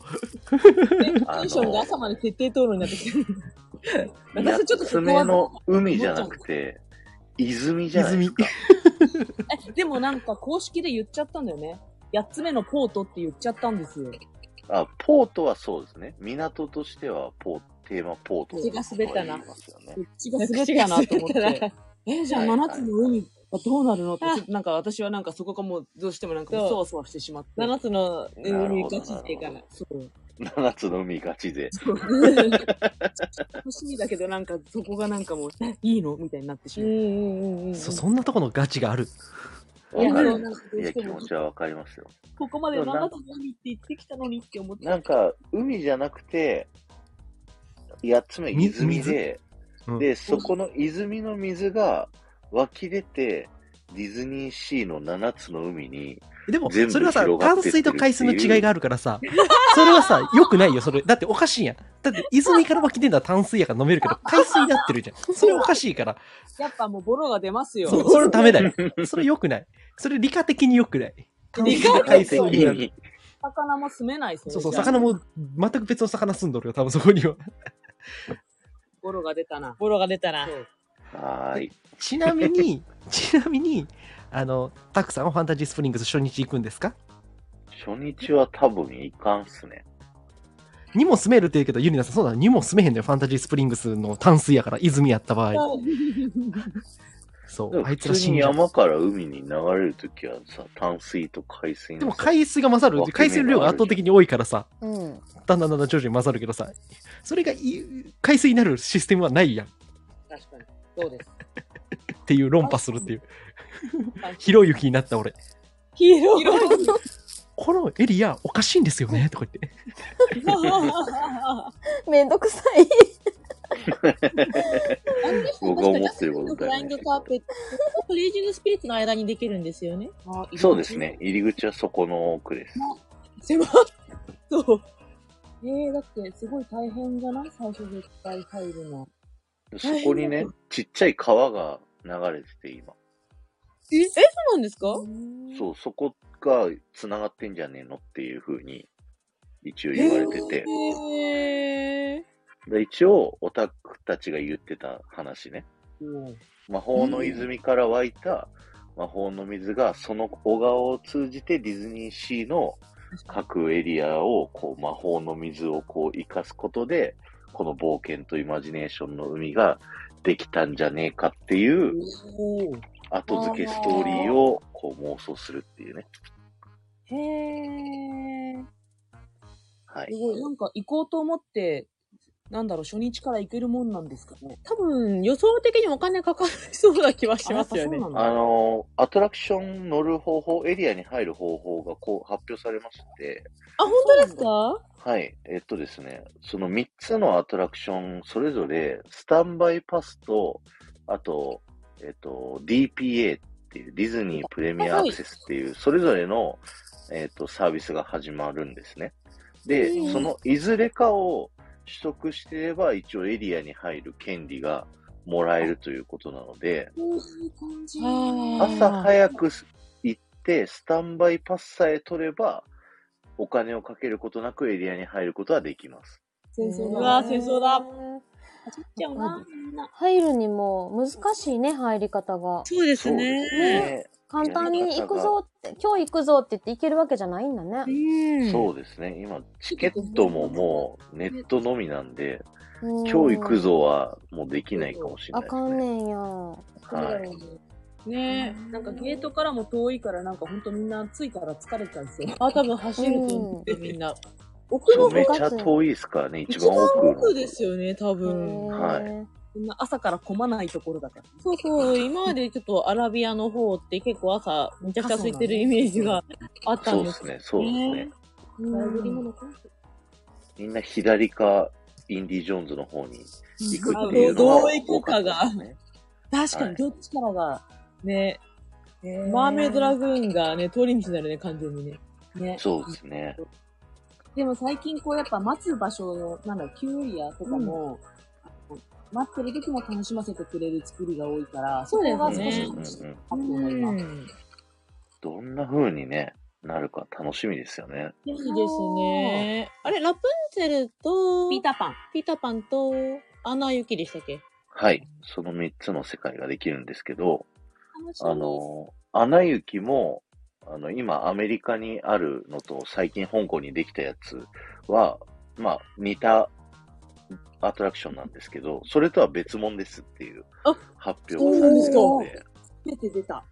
S1: あ
S5: テ
S1: の
S5: ンションが朝まで徹底討論になってきてる。 私ちょっと
S1: 八つ目の海じゃなくて、泉じゃないですか。
S4: え、でもなんか公式で言っちゃったんだよね。8つ目のポートって言っちゃったんですよ。
S1: あ、ポートはそうですね。港としてはポーテーマポート。
S5: 口が滑ったな
S1: と言いますよね
S4: こっちが滑ったなと思って。 え、じゃあ7つの海がどうなるのって、ちょっとなんか私はなんかそこがもうどうしてもなんか
S5: そう
S4: そわそわしてしまって。
S5: 7つの海ガチ勢か
S1: な
S5: ら
S1: る。
S4: そう。
S1: 7つの海ガチで。
S4: 楽しみだけどなんかそこがなんかもう、えいいのみたいになってし
S5: うん
S4: まう。
S5: うんうんうん。
S3: そ、そんなとこのガチがある。
S5: いや
S1: わか
S5: でもなん
S1: る
S5: かど。う
S1: いや、
S5: しても
S1: 気持ちはわかりますよ。
S5: ここまで
S1: でもな
S5: 7
S1: ん
S5: つの海って言ってきたのにって思って。
S1: なんか、海じゃなくて、8つ目泉で、
S3: うん
S1: で、そこの泉の水が湧き出て、ディズニーシーの7つの海に、
S3: でも、
S1: 全部
S3: それはさ、
S1: 広がって
S3: 淡
S1: ってる
S3: 水と海水の違いがあるからさ、それはさ、良くないよ、それ。だっておかしいやん。だって、泉から湧き出んだら淡水やから飲めるけど、海水になってる じゃん。それおかしいから。
S4: やっぱもうボロが出ますよ。
S3: そうそれダメだよ。それ良くない。それ理科的に良くない。
S5: 理
S1: 世
S5: 科
S1: 界
S3: 海
S1: 的
S3: 水になる。
S1: に
S4: 魚も住めないですね。
S3: そうそう、
S4: じゃあ
S3: 魚も全く別の魚住んどるよ、多分そこには。
S4: ボロが出たな。
S5: ボロが出たら。
S1: はーい。
S3: ちなみに、ちなみに、あの、タクさんはファンタジースプリングス初日行くんですか
S1: 初日は多分いかんっすね。
S3: にも住めるって言うけど、ユリナさん、そうだ、にも住めへんだよ、ファンタジースプリングスの淡水やから、泉やった場合。そう、あいつ
S1: 普
S3: ら
S1: 通
S3: 死ん
S1: に
S3: じゃう。
S1: 山から海に流れるときはさ、淡水と海水の
S3: でも
S1: さ
S3: 海水が勝る、海水の量が圧倒的に多いからさ、
S2: うん。
S3: だんだんだんだん徐々に混ざるけどさ、それがい海水になるシステムはないやんっ
S4: 確かに。そうです。
S3: ていう論破するっていう。ひろゆきになった俺。
S5: 広い。
S3: このエリアおかしいんですよね、とか言って。
S2: めんどくさい。
S1: 僕が思ってること
S5: ブ
S1: だ
S5: ラ
S1: よ
S5: イン
S1: ね
S5: ド。カーペット、レイジングスピリッツの間にできるんですよね。
S1: そうです。ね。入り口はそこの奥です。
S5: 狭っそう。えー、だってすごい大変じゃない最初絶対入るの。
S1: そこにね、ちっちゃい川が流れてて、今。
S5: え、え、そうなんですか
S1: そう、そこが繋がってんじゃねえのっていう風に、一応言われてて。
S5: えー、
S1: で一応、オタクたちが言ってた話ね。魔法の泉から湧いた魔法の水が、その小川を通じてディズニーシーの各エリアを、こう、魔法の水をこう、生かすことで、この冒険とイマジネーションの海ができたんじゃねえかっていう、後付けストーリーをこう妄想するっていうね。
S5: へー。
S1: はい
S4: す。ごい、なんか行こうと思って、なんだろう、初日から行けるもんなんですかね。
S5: 多分、予想的にお金かかりそうな気はしますよね。
S4: あやっぱそう
S1: あ
S4: なんだ
S1: のアトラクション乗る方法、エリアに入る方法がこう発表されまして、
S5: あ、本当ですか
S1: はい、えっとですね、その3つのアトラクション、それぞれ、スタンバイパスと、あと、えっと、DPA っていう、ディズニープレミアアクセスっていう、それぞれの、えっと、サービスが始まるんですね。で
S5: う、ん
S1: そのいずれかを取得していれば、一応エリアに入る権利がもらえるということなので、
S4: こういう感じ。
S5: あ
S1: 朝早くす行って、スタンバイパスさえ取れば、お金をかけることなくエリアに入ることはできます。
S4: 戦争
S5: う
S4: だ。
S5: わー戦争だ。走っちゃうな、みんな。
S2: 入るにも難しいね、入り方が。
S5: そうで
S1: そうですね
S2: 簡単に行くぞって、今日行くぞって言って行けるわけじゃないんだね。
S5: ん
S1: そうですね。今、チケットももうネットのみなんで、
S2: うん
S1: 今日行く。ぞはもうできないかもしれな
S2: あ
S1: いで
S2: か
S1: す
S2: ん
S1: ね。
S2: ねんや。
S1: はい。
S5: ねえ。
S4: なんかゲートからも遠いから、なんかほんとみんな着いたら疲れちゃうんですよ。
S5: あ、多分走ると思って、みんな。
S4: 奥
S1: そ
S4: の
S1: うめ
S4: 方
S1: っ
S4: が
S1: ちゃ遠いですからね、一
S5: 一
S1: 番
S5: 番
S1: 奥の。
S5: 奥ですよね、多分。
S1: はい
S2: い。
S4: みんな朝から混まないところだから。
S5: そうそう、今までちょっとアラビアの方って結構朝、めちゃくちゃ空いてるイメージがあった
S1: そ
S5: ん
S1: う
S5: で
S1: ですす
S5: けど
S1: ね、そうですね。
S2: う
S4: ライブリー
S2: ん
S4: ムのコンセプ
S1: みんな左か、インディ・ジョーンズの方に行く
S4: ト
S1: っていうのは
S5: どう行
S1: 多
S5: く
S1: か
S5: か
S1: ったで
S5: が
S1: すね。
S4: 確か
S1: はい
S4: に、どっちからが。
S5: ね。マ
S4: マ
S5: ー
S4: ー
S5: メ
S4: メ
S5: イ
S4: イ
S5: ド
S4: ド
S5: ラ
S4: ラ
S5: グーンがね、通り道になるね、完全にね。
S4: ね。
S1: そうですね。
S4: でも最近こうやっぱ待つ場所の、なんだろう、キュウリアとかも、待ってる時も楽しませてくれる作りが多いから、
S5: そうですね
S1: うんう
S4: こが
S1: ん
S4: 少し
S1: うん
S4: 楽し
S1: うん
S4: かったと思います。
S1: どんな風にね、なるか楽しみですよね。
S5: いいですね。あれ、ラプンツェルと、
S4: ピーターパン。
S5: ピーターパンと、アナ雪でしたっけ
S1: はい。その3つの世界ができるんですけど、
S5: 楽しみ
S1: あの、アナ雪も、あの、今アメリカにあるのと、最近香港にできたやつは、まあ、似たアトラクションなんですけど、それとは別物ですっていう
S5: あ
S1: 発表がされてるので、
S4: 出て出た。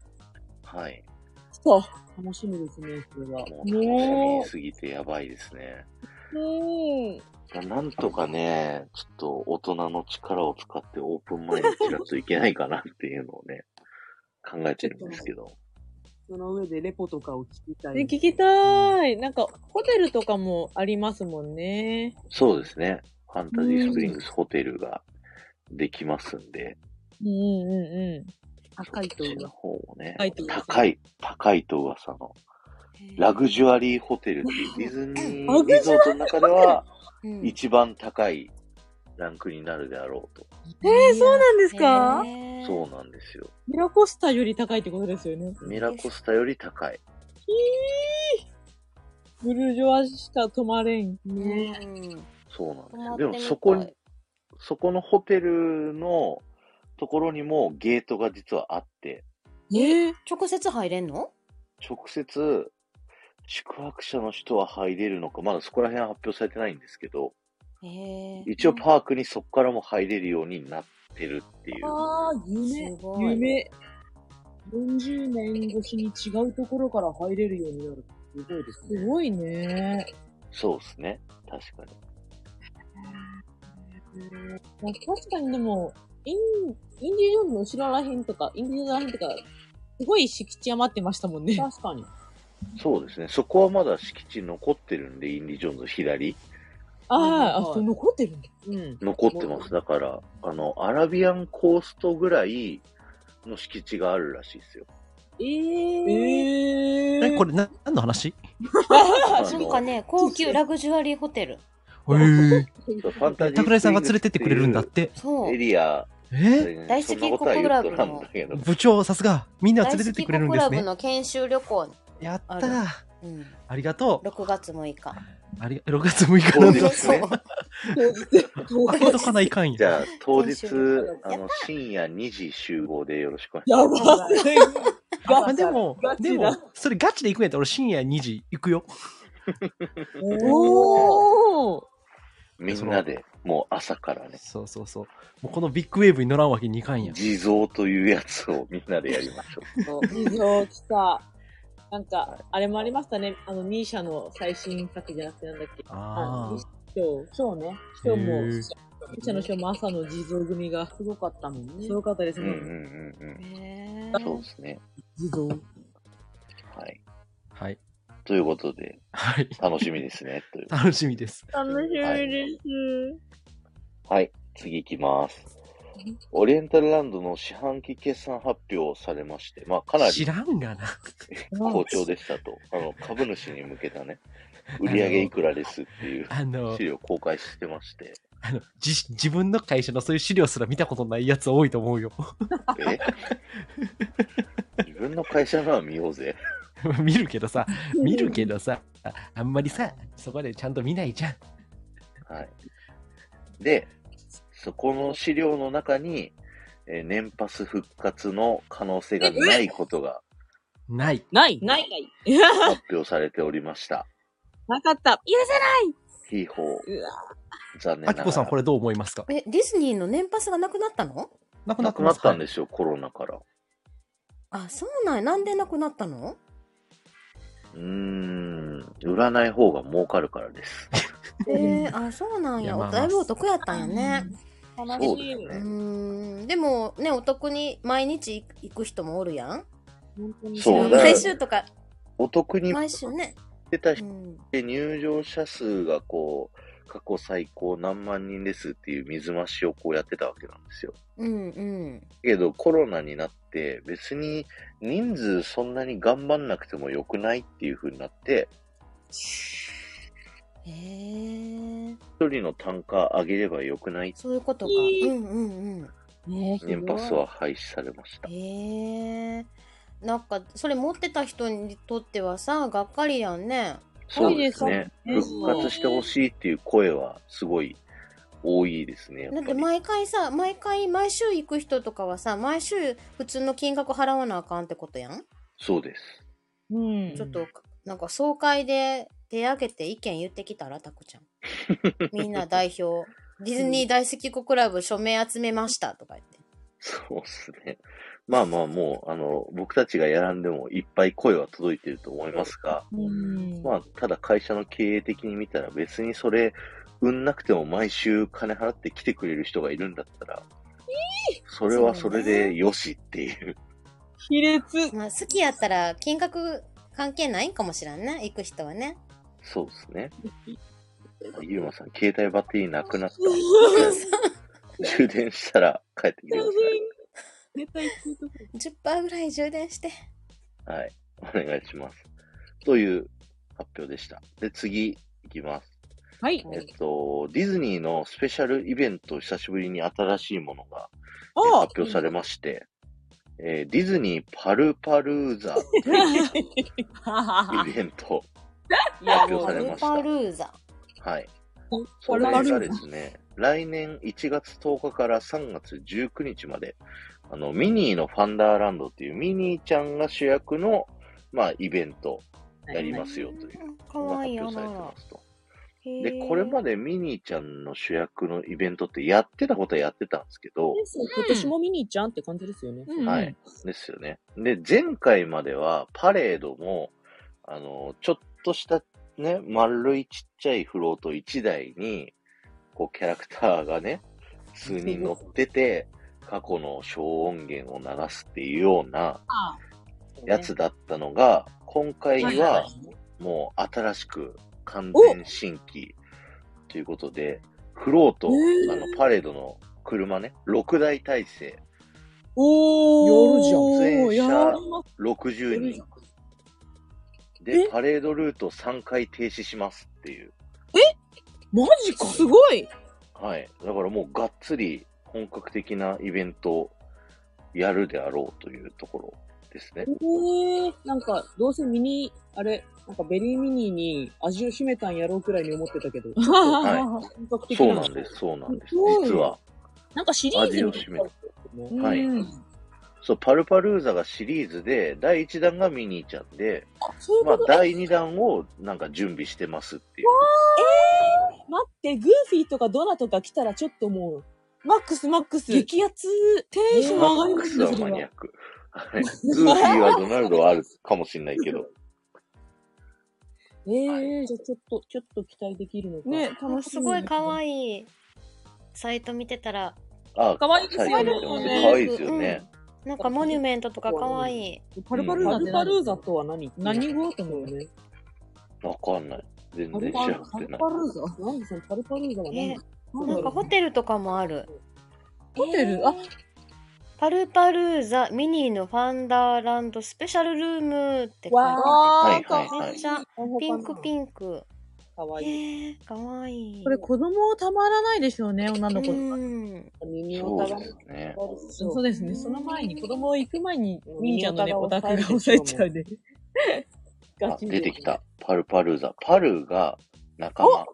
S1: はい。
S5: そう。
S4: 楽しみですね、それは。
S1: もう楽しみすぎてやばいですね。
S5: うん。
S1: なんとかね、ちょっと大人の力を使ってオープン前にちらっといけないかなっていうのをね、考えてるんですけど。
S4: その上でレポとかを聞きたい。
S5: で、聞きたい。なんか、ホテルとかもありますもんね。
S1: そうですね。ファンタジースプリングスホテルができますんで、
S5: うんうんう
S4: 高いと
S1: そっ
S4: 思
S1: ちの
S4: う。
S1: 方もね
S5: 高いと、噂
S1: 高い、高いと噂の、ラグジュアリーホテルっていうディズニーリゾートの中では
S2: うん
S1: 一番高いランクになるであろうと。
S5: ん。えー、そうなんですか
S2: へー
S1: そうなんですよ。
S5: ミラコスタより高いってことですよね。
S1: ミラコスタより高い。
S5: ブルジョワしか泊まれん。
S4: ね
S1: そうなんです
S2: うん
S1: よ。でもそこに、そこのホテルのところにもゲートが実はあって、
S5: えー、
S2: 直接入れんの
S1: 直接、宿泊者の人は入れるのか、まだそこら辺は発表されてないんですけど、
S2: へえ。
S1: 一応パークにそこからも入れるようになってるっていう。
S4: ああ、夢
S2: す。ごい。
S4: 夢。40年越しに違うところから入れるようになる。すごいですね。
S5: すごいね。
S1: そうですね。確かに。
S5: まあ確かにでも、イン、インディ・ジョーンズの後ろらへんとか、インディ・ジョーンズらへんとか、すごい敷地余ってましたもんね。
S4: 確かに。
S1: そうですね。そこはまだ敷地残ってるんで、インディ・ジョーンズ左。
S5: あーあ、
S4: はい
S5: それ残ってるんだ。うん。
S1: 残ってます。だから、あの、アラビアンコーストぐらいの敷地があるらしいですよ。
S4: ええー。
S5: え
S3: え、これ、な、何の話
S1: あ
S6: なん
S1: の
S6: かね、高級ラグジュアリーホテル。
S3: へえ。
S1: そうファンタジー
S3: 桜井さんが連れてってくれるんだって。
S6: そ
S1: エ
S6: う。
S1: リア、
S3: え
S6: 大好き
S1: そんなことは言うとなんだけど。
S3: 部長、さすが。みんな
S6: 大
S3: 連
S6: 好
S3: れてって
S6: き
S3: くれるん
S6: コ
S3: で
S6: ラ
S3: す
S6: ブ
S3: ね。
S6: の研修旅行。
S3: やったー。
S6: うん。
S3: ありがとう。
S6: 6月6日。
S3: あり、6月6日
S1: そ
S3: な
S1: うんで
S3: だ。
S1: すね。
S3: あ、届かないかん
S1: じ
S3: や。
S1: ゃあ、当日
S6: 研修、
S1: あの、深夜2時集合でよろしくお願いし
S5: やばすぎる。
S3: まあ、でも、でも、それガチで行くんやったら俺深夜2時行くよ。
S5: おー。
S1: ます。みんなで、もう朝からね、
S3: そうそうそう。もうこのビッグウェーブに乗らんわけにいかんや。
S1: 地蔵というやつをみんなでやりましょう。
S5: 以上、来た。なんか、あれもありましたね。あの、ミーシャの最新作じゃなくてなんだっけ。
S3: あー
S5: の今日、今日ね。今日も、
S3: へー
S5: ミーシャの今日も朝の地蔵組がすごかったもんね。すごかったです
S1: うん
S5: ね。
S1: うんうん
S6: へ
S1: う
S6: ー
S1: ん。そうですね。
S5: 地蔵。
S1: はい。
S3: はい。
S1: ということで、
S3: はい。
S1: 楽しみですね。という
S3: 楽しみです。
S5: 楽しみ。
S1: ですはい、次行きます。オリエンタルランドの四半期決算発表をされまして、まあ、かな
S3: 知
S1: り
S3: らんがな。
S1: 好調でしたと、あの株主に向けたね、売上いくらですっていう
S3: あの
S1: 資、料を公開してまして、
S3: あの、じ、自分の会社のそういう資料すら見たことないやつ多いと思うよ。
S1: え自分の会社のは見ようぜ。
S3: 見るけどさ、見るけどさ、あんまりさ、そこでちゃんと見ないじゃん。
S1: はい、で、そこの資料の中に、えー年パス復活の可能性がないことが
S3: ない。
S5: ないない
S1: 発表されておりました。
S5: なかった許せない
S1: ヒーホー、
S5: うわ
S1: 残念なが
S3: あき
S1: ら。
S3: こさん、これどう思いますか
S6: え、ディズニーの年パスがなくなったの
S3: なくな
S1: な
S3: って
S1: く
S3: ま
S1: な
S3: す
S1: ったんですよ、コロナから。
S6: あ、そうなんやなんでなくなったの
S1: うーん、売らない方が儲かるからです。
S6: えー、あ、そうなん
S3: いや
S6: や。
S3: まあまあ
S6: だいぶお得やったんやね。
S5: 悲
S1: そう
S5: し
S1: で
S5: い
S1: す。
S6: うー
S1: ね。
S6: ん。でもね、お得に毎日行く人もおるやん。
S5: 本当に
S1: そうだから
S6: 毎週とか、
S1: お得に
S6: 毎週ね。
S1: 出た
S6: う
S1: 人
S6: ん。
S1: で入場者数がこう、過去最高何万人ですっていう水増しをこうやってたわけなんですよ。
S6: うんうん。
S1: けどコロナになって別に人数そんなに頑張んなくてもよくないっていう風になって、
S6: へえ。
S1: 一人の単価上げればよくない
S6: そういうことか。
S5: いい
S6: うんうんうん。
S5: ねえ
S1: 年パスは廃止されました。
S6: へえ。なんか、それ持ってた人にとってはさ、がっかりやんね。
S1: そうですね。
S5: そうです
S1: 復活してほしいっていう声はすごい多いですね。やっ
S6: だ
S1: ぱ
S6: っ
S1: り
S6: て毎回さ、毎回、毎週行く人とかはさ、毎週普通の金額払わなあかんってことやん。
S1: そうです。
S5: うん
S6: ちょっと、なんか総会で手挙げて意見言ってきたら、タコ ちゃん。みんな代表、ディズニー大好き子クラブ署名集めましたとか言って。
S1: そうっすね。まあまあもう、あの、僕たちがやらんでもいっぱい声は届いてると思いますが、
S5: うん
S1: まあ、ただ会社の経営的に見たら別にそれ、産んなくても毎週金払って来てくれる人がいるんだったら、それはそれでよしっていう。
S5: 卑劣
S6: まあ、好きやったら金額関係ないんかもしらんね、行く人はね。
S1: そうですね。ゆうまさん、携帯バッテリーなくなった。充電したら帰ってきてくだ
S5: 絶対聞いとく
S6: 10%ぐらい充電して。
S1: さい。はい。お願いします。という発表でした。で、次、いきます。
S5: はい
S1: えっと、ディズニーのスペシャルイベント、久しぶりに新しいものがえー
S5: お
S1: 発表されまして、えーディズニーパルパルーザという イベント。
S5: いや
S1: 発表され
S6: パ
S5: も
S6: ル
S1: ました
S6: パルーザ。
S1: はい。
S5: う
S1: そ
S5: パ
S1: れ
S5: ルパル
S1: がですね、来年1月10日から3月19日まで、あの、ミニーのファンダーランドっていうミニーちゃんが主役の、まあ、イベントやりますよという、
S6: か
S1: のが
S6: わ
S1: 発
S6: いいよ
S1: 表されて
S6: な
S1: ま。すと。で、これまでミニーちゃんの主役のイベントってやってたことはやってたんですけど、
S5: 今年も見に行っちゃうって感じですよね
S3: うん
S1: はい。ですよね。で、前回まではパレードも、あの、ちょっとしたね、丸いちっちゃいフロート1台に、こうキャラクターがね、数人乗ってて、過去の小音源を流すっていうようなやつだったのが、今回
S5: はいはいは
S1: はもう新しく完全新規ということで、フロート、
S5: へー
S1: あのパレードの車ね、6台体制、
S5: お
S4: や
S5: ー。
S4: るじ
S1: 全
S4: ゃん
S1: 車
S5: やります
S1: 60人。
S5: え
S1: で、パレードルート3回停止しますっていう。
S5: マジか。すごい。
S1: はい。だからもうがっつり本格的なイベントをやるであろうというところですね。
S4: えー、なんか、どうせミニ、あれ、なんかベリーミニに味を秘めたんやろうくらいに思ってたけど、
S1: は
S4: 本格的
S1: そ
S4: な
S1: う
S4: の
S1: なんです、そうなんです。
S5: すごい
S1: 実は、
S5: なんかシリーズみたいな。
S1: すはい
S5: うん
S1: そう、パルパルーザがシリーズで、第1弾がミニーちゃんで、
S5: あ、そういう
S1: ま
S5: こ
S1: あ
S5: と、、
S1: 第2弾をなんか準備してますっていう。
S4: 待って、グーフィーとかドナとか来たらちょっともう、
S5: マックス、マックス。
S4: 激アツ。
S5: テンション上が
S1: マ
S5: り
S1: ッ
S5: ま
S1: ク
S5: す
S1: ス
S5: ね、
S1: は
S5: そ
S1: マ
S5: れ
S1: ニアッ
S5: は。
S1: ク。はい。ズーフィーはドナルドはあるかもしれないけど。
S4: えー、じゃあちょっと、ちょっと期待できるのか。
S6: な
S5: ね、
S6: ん
S5: 楽
S6: か
S5: しみ。
S6: すごい可
S5: い。
S6: 愛いサイト見てたら、
S1: あ、
S5: 可愛いです
S1: サイ
S5: よ
S1: ト見てま
S5: ね
S1: す可愛いですよね。
S6: なんかモニュメントとか可愛い
S5: パルパルー
S4: パ
S5: ナって
S4: ルパ
S5: 何
S4: ルーザとは何
S5: 何語
S4: と思うね。
S1: わかんない。全
S4: パル
S1: 然
S4: パ
S1: 知
S4: ル
S1: らなくてない。
S4: ーザ何そのパルパルーザは何
S6: えなんかホテルとかもある。
S5: ホテル、あ、
S6: パルパルーザミニーのファンダーランドスペシャルルームって書いてあ
S5: わ
S1: は
S5: ー、
S1: いはい
S6: る
S1: は
S6: めっ
S1: い。
S6: ちゃピンク
S4: ン。
S6: ピンク。
S4: かわ
S6: え
S4: いい。
S6: ー、かわいい。
S5: これ子供たまらないですよね、女の子。
S6: うん。
S4: 耳を
S1: そう
S4: 疑
S1: ですね。
S5: そうですね。その前に、子供行く前に、み
S4: ミ
S5: ん
S4: ン
S5: ち
S4: ち
S5: ゃ
S4: ゃ
S5: ん
S4: ん
S5: の
S4: の
S5: ね、
S4: ね
S5: オ
S4: オ
S5: タ
S4: タク
S5: クが
S4: が
S5: 抑
S4: 抑
S5: え
S4: えち
S5: ちゃ
S4: ゃ
S5: う
S4: う
S5: ね。
S1: あ、出てきた。パルパルーザ。パルが仲間。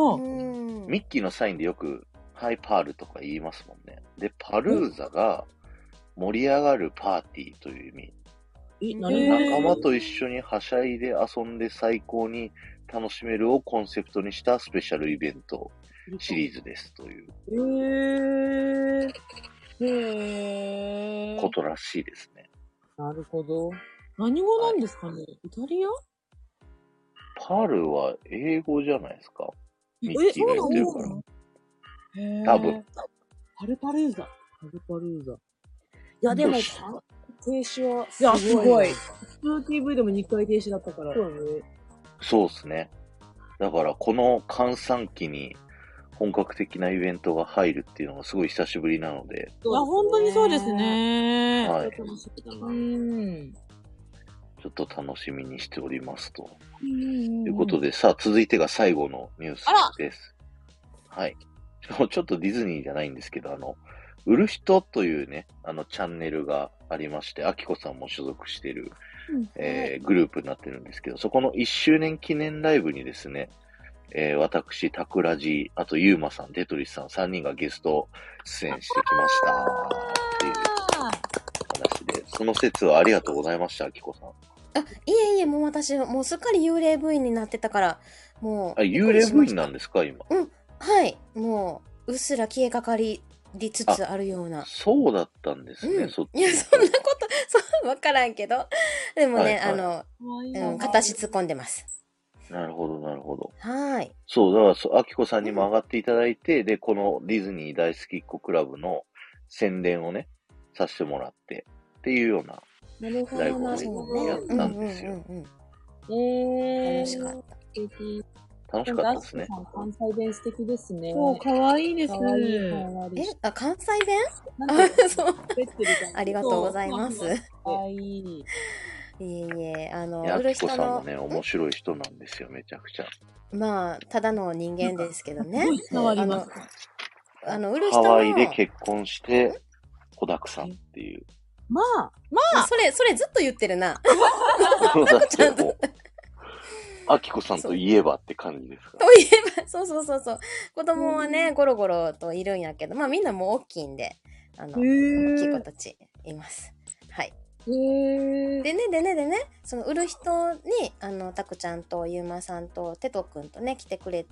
S5: う。
S6: うんん。
S1: ミッキーのサインでよく、ハイパールとか言いますもんね。で、パルーザが盛り上がるパーティーという意味。
S4: え、
S5: へ
S4: 何
S5: ー
S1: 仲間と一緒にはしゃいで遊んで最高に楽しめるをコンセプトにしたスペシャルイベントシリーズですという
S5: へー。へ
S1: こ。とらしいですね。
S4: なるほど。
S5: 何語なんですかねイタリア
S1: パルは英語じゃないですか。ミ
S5: え
S1: ッキーが言ってるか
S5: そうなの
S1: ら。
S5: へー
S1: 多分。
S4: パルパルーザ。パルパルーザ。いや、でも、
S1: どう
S4: 停
S1: した
S4: 止はい
S5: や
S4: すごい
S5: す
S4: な。普通 TV でも2回停止だったから。そうね。
S1: そうですね。だから、この閑散期に本格的なイベントが入るっていうのがすごい久しぶりなので、
S5: いや、本当にそうですね。
S1: はい。
S4: 楽しみだな。
S5: うん。
S1: ちょっと楽しみにしておりますと。
S5: と
S1: ということで、さあ、続いてが最後のニュースです。はい。 しかもちょっとディズニーじゃないんですけど、あの、売る人というね、あの、チャンネルがありまして、アキコさんも所属してる、
S5: うん
S1: えーグループになってるんですけど、そこの1周年記念ライブにですね、えー私、タクラジ、あと、ユーマさん、デトリスさん、3人がゲスト出演してきました。っていう話で、その説はありがとうございました、アキコさん。
S6: あ、いえいえ、もう私、もうすっかり幽霊部員になってたから、も
S1: あ、
S6: う。
S1: 幽霊部員なんんですか、今。
S6: はい。もう、うっすら消えかかりつつあるような。
S1: そうだったんですね、
S6: うん
S1: そっち
S6: いや、そんなこと、そう、わからんけど。でもね、
S1: はいはい
S6: あ
S5: い
S6: の、うん、形突っ込んでます。
S1: なるほど、なるほど。
S6: はーい。
S1: そう、だからそう、アキコさんにも上がっていただいて、で、このディズニー大好きっ子クラブの宣伝をね、させてもらって、っていうような
S4: なるほ
S1: ライブ
S4: ど
S1: を
S4: な、
S1: ね
S4: そう
S6: ね
S4: ね。
S1: やったんです
S6: うん
S1: よ。
S6: うんうんうん。
S4: え
S6: 楽しかった。
S1: 楽しかったですね。
S4: 関西弁素敵ですね。
S5: そう、かわいいです。
S4: かわいい顔ある
S6: え
S4: し。、
S6: あ、関西弁
S4: なんか
S6: あ、 そう。
S4: 滑ってる感じ
S6: ありがとうございます。
S5: そう
S6: い
S4: かわいい。
S6: えいえ、あの
S1: いや、、
S6: 売
S1: ア
S6: る
S1: キコ
S6: 人
S1: さんも
S6: の、
S1: ね、面白い人なんですよ、めちゃくちゃ。
S6: まあ、ただの人間ですけどね。
S5: すごい伝わります。
S6: あの、売る
S1: ハ
S6: 人の、
S1: ワイで結婚して、子だくさんっていう。
S4: まあ、
S6: それ、それずっと言ってるな。
S1: だっ
S6: ちゃ
S1: て
S6: んと
S1: もう、アキコさんといえばって感じですか
S6: といえば、そうそうそうそう。子供はね、ゴロゴロといるんやけど、まあみんなもう大きいんで、あの、大きい子たちいます。はい。でね、でね、でね、その売る人に、あの、たくちゃんとゆうまさんとてとくんとね、来てくれて、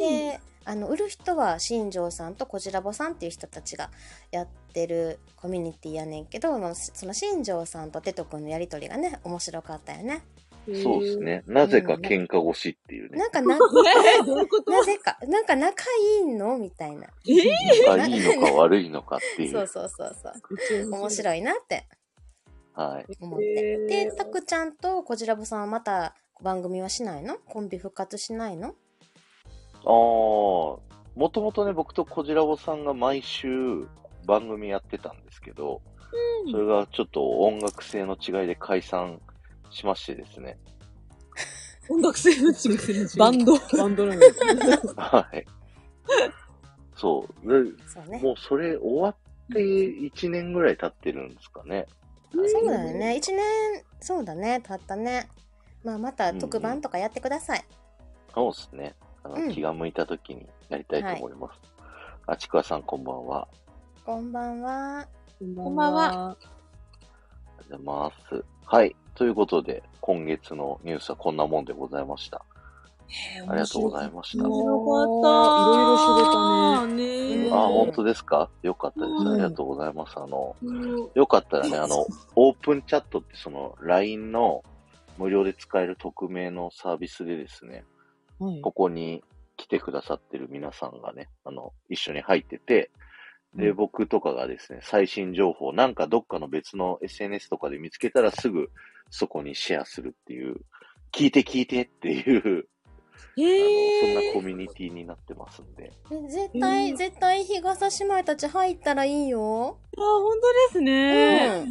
S6: で、あの、売る人は新庄さんとこじらぼさんっていう人たちがやってるコミュニティやねんけど、まあその新庄さんとてとくんのやりとりがね、面白かったよね。
S1: そうですね。なぜか喧嘩腰っていうね。
S6: なんかな、
S5: え どういうこ と
S6: なぜか、なんか仲いいのみたいな。
S1: 仲いいのか悪いのかってい
S6: そう
S1: う。
S6: そうそうそう。
S4: 面
S6: 面白いなって
S1: はい。
S6: 思って。で、たくちゃんとこじらぼさんはまた番組はしないのコンビ復活しないの
S1: ああ、もともとね、僕とこじらぼさんが毎週番組やってたんですけど、それがちょっと音楽性の違いで解散しましてですね。
S5: 音楽性の違い。バンド。バンドなん
S1: はい。そう。で
S6: そうね。
S1: もうそれ終わって1年ぐらい経ってるんですかね。
S6: そうだよね。一年、そうだね。たったね。まあ、また特番とかやってください。
S1: そうですね。あの
S6: うん
S1: 気が向いた時にやりたいと思います。あちくわさんこんばんは。
S6: こんばんは。
S4: こ
S5: んば
S1: お
S5: んは。
S1: はようございます。はい。ということで、今月のニュースはこんなもんでございました。ありがとうございました。あ、
S5: よかった。いろいろ知れたね。ね
S6: うん
S1: 本当ですかよかったです。ありがとうございます。あの、よかったらね、あの、オープンチャットってその LINE の無料で使える匿名のサービスでですね、
S5: はい
S1: ここに来てくださってる皆さんがね、あの、一緒に入ってて、で、
S5: うん
S1: 僕とかがですね、最新情報、なんかどっかの別の SNS とかで見つけたらすぐそこにシェアするっていう、聞いて聞いてっていう、あのそんな
S5: へえ。
S1: コミュニティになってますんで。
S6: え絶
S5: うん
S6: 対、絶対、日傘姉妹たち入ったらいいよ。
S5: あ、本当ですね。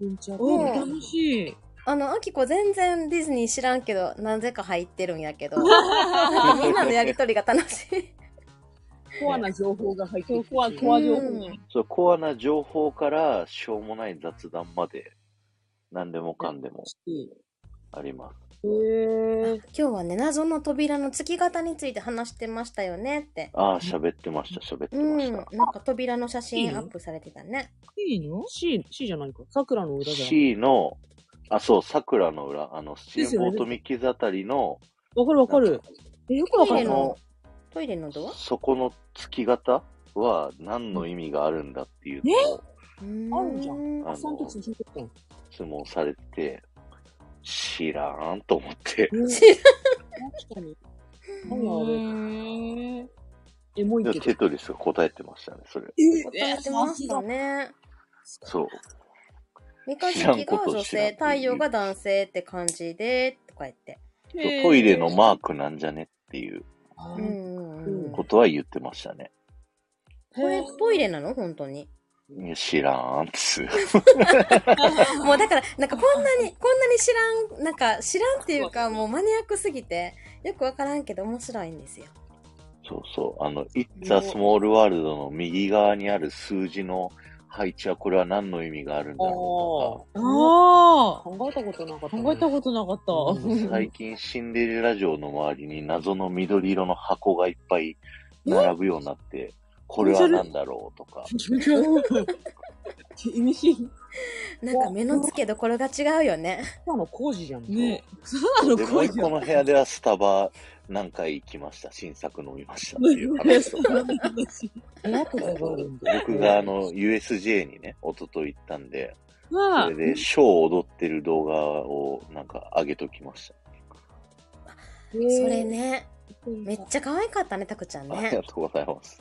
S6: うん。
S5: お、
S6: うん
S5: 楽しい。
S6: あの、あきこ全然ディズニー知らんけど、なぜか入ってるんやけど。なんかみんなのやりとりが楽しい。
S4: コアな情報が入ってきて
S5: コアコア情
S6: う
S5: 報
S6: ん
S1: そう、コアな情報から、しょうもない雑談まで、何でもかんでもあります。
S4: へ
S6: 今日はね、謎の扉の月型について話してましたよねって。
S1: ああ、喋ってました、喋って
S6: うん。
S1: まし
S6: なん
S1: た。
S6: か扉の写
S5: いい
S6: 真
S5: の
S6: アップされてたね。
S5: いいの
S4: C、C じゃないか。桜の裏じゃん。
S1: C の、あ、そう、桜の裏、あの、スチームボートミキズあたりの、
S4: わかるわかる。
S5: え、よく
S6: ト
S5: わ
S6: イ
S5: か
S6: レ
S5: る
S6: の、トイレのドア
S1: そこの月型は何の意味があるんだっていうのを
S6: うー
S4: あるじゃ
S1: あの
S4: あ、その時に聞いてたの
S1: 質問されてて、知らんと思って。
S4: 確かに。
S5: の
S4: 何あれ。
S5: へえ。
S4: エモい
S1: で
S4: けど
S1: テ。トリスが答えてましたね、それ。
S6: やってましたね。
S1: そう。
S6: 三日月が女性、太陽が男性って感じで、とか言って。
S5: へー
S1: トイレのマークなんじゃねっていう
S6: うんうんうん。
S1: こ
S6: こと
S1: は言ってましたね。
S6: れトイレなの本当に。
S1: いや知らんっ つ。
S6: もうだから、なんかこんなに、こんなに知らん、なんか知らんっていうか、もうマニアックすぎて、よくわからんけど面白いんですよ。
S1: そうそう。あの、It's a Small World の右側にある数字の配置はこれは何の意味があるんだろ
S4: ああ。
S5: ああ。
S4: 考えたことなかったね。
S5: 考えたことなかった。
S4: う
S1: うと
S4: ん
S1: か、最近シンデレラ城の周りに謎の緑色の箱がいっぱい並ぶようになって、これは何だろうとか。
S4: 意味深。
S6: なんか目の付けどころが違うよね。
S4: 今の工事じゃん。
S5: ねそうなの
S1: で、もう
S5: 怖い
S1: 一
S5: じ
S1: 個
S5: ゃん。
S1: の部屋ではスタバ何回行きました、新作飲みましたっていう話とか。
S4: 部屋とかがあるんだ よ。
S1: 僕があの、USJ にね、一昨日行ったんで、
S5: ま
S1: そ
S5: あ
S1: れ、で、ショーを踊ってる動画をなんか上げときました。
S4: そ
S6: それ。ね。めっちゃ可愛かったね、タクちゃん
S1: ありが
S6: ね。
S1: とうございます。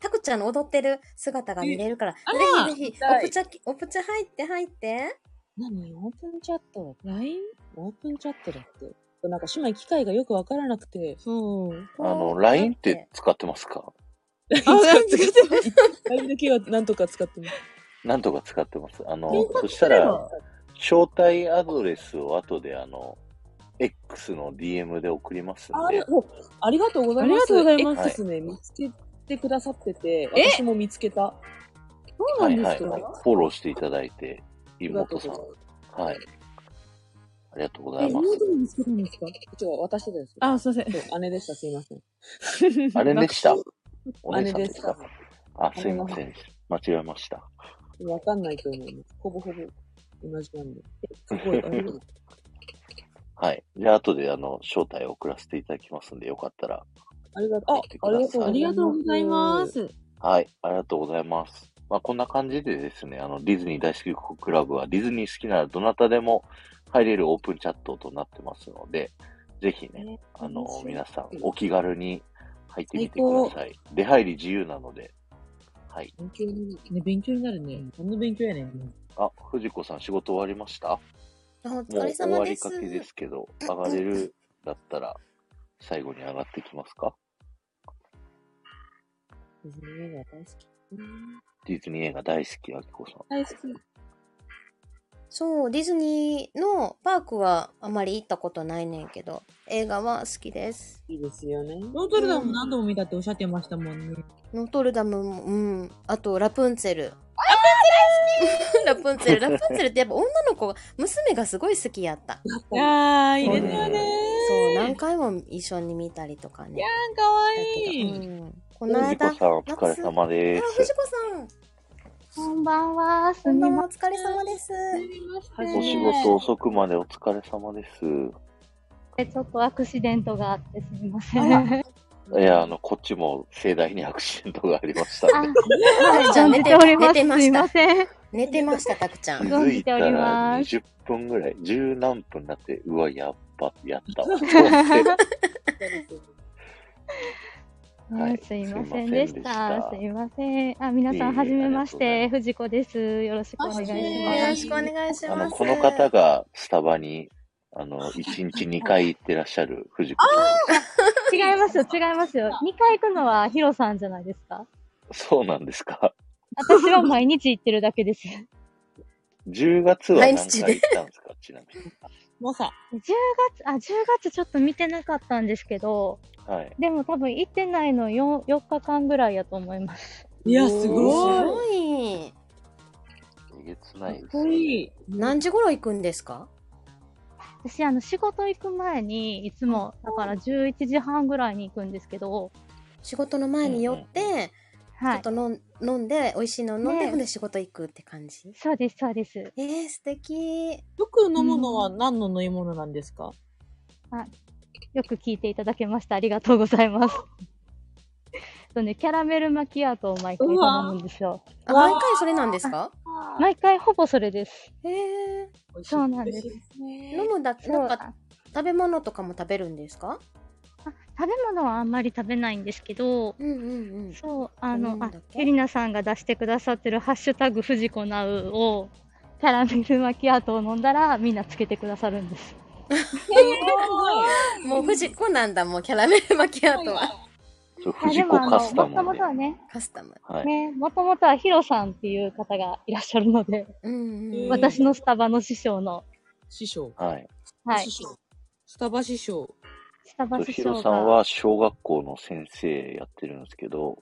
S6: タクちゃんの踊ってる姿が見れるから、
S5: あら
S6: ぜひぜ
S4: 見
S6: ひ、
S4: た
S6: お
S4: い
S6: ぷちゃ、おぷちゃ入って入って。
S4: 何オープンチャット
S5: LINE?
S4: オープンチャットだって。なんか姉妹機会がよくわからなくて。
S5: そう。
S1: あの、LINE って使ってますか
S5: あ、 なんか使って
S4: LINE だけはなんとか使ってます。
S1: なんとか使ってます。あの
S5: 検、索
S1: そした
S5: すれ
S1: ら
S5: ば、
S1: 招待アドレスを後であの、X の DM で送りますん
S4: あ
S1: で、
S4: おありがとうございます。
S5: ありがとうございます
S4: X ね、見つけてくださってて、私も見つけた。
S5: そう
S1: は
S5: なん
S1: い
S5: で
S1: は
S5: す
S1: い、
S5: か。
S1: フォローしていただいて、
S4: ありがと
S1: 妹
S4: うござ
S1: さ
S4: いま
S1: んは
S4: す。。
S1: い。ありがとうござ
S5: え、
S1: いま
S5: 妹でも見つけたんですか
S4: 一応私です。
S5: あ、すいません。
S4: そう、姉でした。すいません。
S1: す。あれでしたお姉
S4: 姉
S1: さん
S4: で
S1: です
S4: し
S1: か
S4: た。
S1: あ、すいません。間違えました。
S4: わかんないと思います。ほぼほぼ同じ なんで。すごい、ありがとう
S1: はい。じゃあ、後で、あの、招待を送らせていただきますんで、よかったら。
S4: ありがとう。あ、ありがとう。
S5: ありがとうございま。す。
S1: はい。ありがとうございます。まあ、こんな感じでですね、あの、ディズニー大好きクラブは、ディズニー好きならどなたでも入れるオープンチャットとなってますので、ぜひね、あの、皆さん、お気軽に入ってみてください。出入り自由なので、はい。
S5: 勉強に、ね、勉強になるね。何の勉強やねん。
S1: あ、藤子さん仕事終わりました
S6: あお疲
S1: もう
S6: れ
S1: 終
S6: 様
S1: わ
S6: で
S1: り
S6: す
S1: か。けですけど、上がれるだったら、最後に上がってきますか
S4: ディズニー映画大好き。
S1: ディズニー映画大好き、あきこさん。
S4: 大好き。
S6: そう、ディズニーのパークはあまり行ったことないねんけど、映画は好きです。
S4: いいですよね。
S5: ノートルダムも何度も見たっておっしゃってましたもんね。
S6: ノートルダムも、うん。あと、ラプンツェル。ラプンツェルラプンツェルってやっぱ女の子が、娘がすごい好きやった。
S5: いやー、いい
S1: そうね
S5: ですよね
S6: そう、何回も一緒に見たりとかね。
S5: いやー、かわ
S6: だけ
S5: い
S6: ど
S5: い。
S6: うんこの
S1: 藤子
S6: 間、あ、
S1: さん、お疲れ様です。
S6: 藤子さん、
S7: こんばんは。す
S6: こん
S7: み
S6: ばん
S7: ま
S6: は、お疲れ様です。
S7: せん。すみません
S1: お仕事遅くまでお疲れ様です。
S7: ちょっとアクシデントがあってすみません。あ、
S1: いや、あの、こっちも盛大にアクシデントがありましたんで、
S6: ちゃん
S7: 寝ており
S6: 寝
S7: ま
S6: て
S7: す。
S6: ますし
S7: み
S6: た
S7: ません。
S6: 寝てました、たくちゃ
S1: 気
S6: ん。
S7: 存
S1: づいた
S7: じてお
S1: ら
S7: ります
S1: 20分ぐらい、十何分になって、うわ、やっぱ、やっ たわ、と思って。はい
S7: ねすいませんでした。
S1: す
S7: す
S1: い
S7: いません。あ、皆
S1: いえ
S7: さん、
S1: いえ
S7: はじめまし
S1: あり
S7: て。
S1: が
S7: 藤子です。よろしくお願いし
S6: よろ
S7: ます。
S6: しくお願いし
S1: あ
S6: ま
S1: の、
S6: す。
S1: この方がスタバに、あの、1日2回行ってらっしゃる藤子さん。
S7: 違いますよ、違いますよ。2回行くのはヒロさんじゃないですか。
S1: そうなんですか。
S7: 私は毎日行ってるだけです。10
S1: 10月は何
S6: 毎
S1: 回
S6: 日
S1: 行
S6: で
S1: ったんですか、ちなみに。
S5: もうさ、
S7: 月、あ、10月ちょっと見てなかったんですけど、
S1: はい。
S7: でも多分行ってないの 4, 4日間ぐらいやと思います。
S5: いや、す
S6: す
S5: ごい。
S6: ごい。
S1: えげつないです
S5: か
S1: よ
S5: っこ
S1: ね。
S5: いい。
S6: 何時頃行くんですか
S7: 私、あの、仕事行く前に、いつも、だから11時半ぐらいに行くんですけど、
S6: 仕事の前に寄って、
S7: は
S6: ちょっ
S7: い
S6: と。飲ん飲んで、美味しいの飲んで、
S7: ね
S6: ほんで仕事行くって感じ。
S7: そうです、そうです。
S6: えー、素敵。
S5: よく飲むのは何の飲み物なんですか
S7: よく聞いていただけました。ありがとうございます。そうね、キャラメルマキアートを毎回
S5: うわ
S7: 頼むんですよ。
S6: あ、
S5: うわー
S6: 毎回それなんですか
S7: 毎回ほぼそれです。
S6: へえ。
S7: そうなんです。
S6: 飲むだけ、
S7: そ
S6: なん
S7: う
S6: か食べ物とかも食べるんですか
S7: 食べ物はあんまり食べないんですけど、
S6: うんうんうん。
S7: そう、あ
S6: そう
S7: の、
S6: な
S7: あ
S6: んだっ、け
S7: ゆりなさんが出してくださってるハッシュタグ、藤子なうを、キャラメルマキアートを飲んだら、みんなつけてくださるんです。
S6: もう藤子なんだ、もうキャラメルマキアートは。
S1: そう
S7: あ
S1: 藤子カスタ
S7: も
S1: ム
S7: とも
S1: で
S7: と。はね、
S6: カスタム。
S1: はい。
S7: ね、もともとはヒロさんっていう方がいらっしゃるので、
S6: うんうん。
S7: 私のスタバの師匠の、
S5: 師匠。
S1: はい。
S7: はい、
S5: 師
S7: ス
S5: 匠。スタバ師匠。
S7: タバ師
S1: ひ
S7: 匠
S1: ろさん
S7: が、
S1: は小学校の先生やってるんですけど、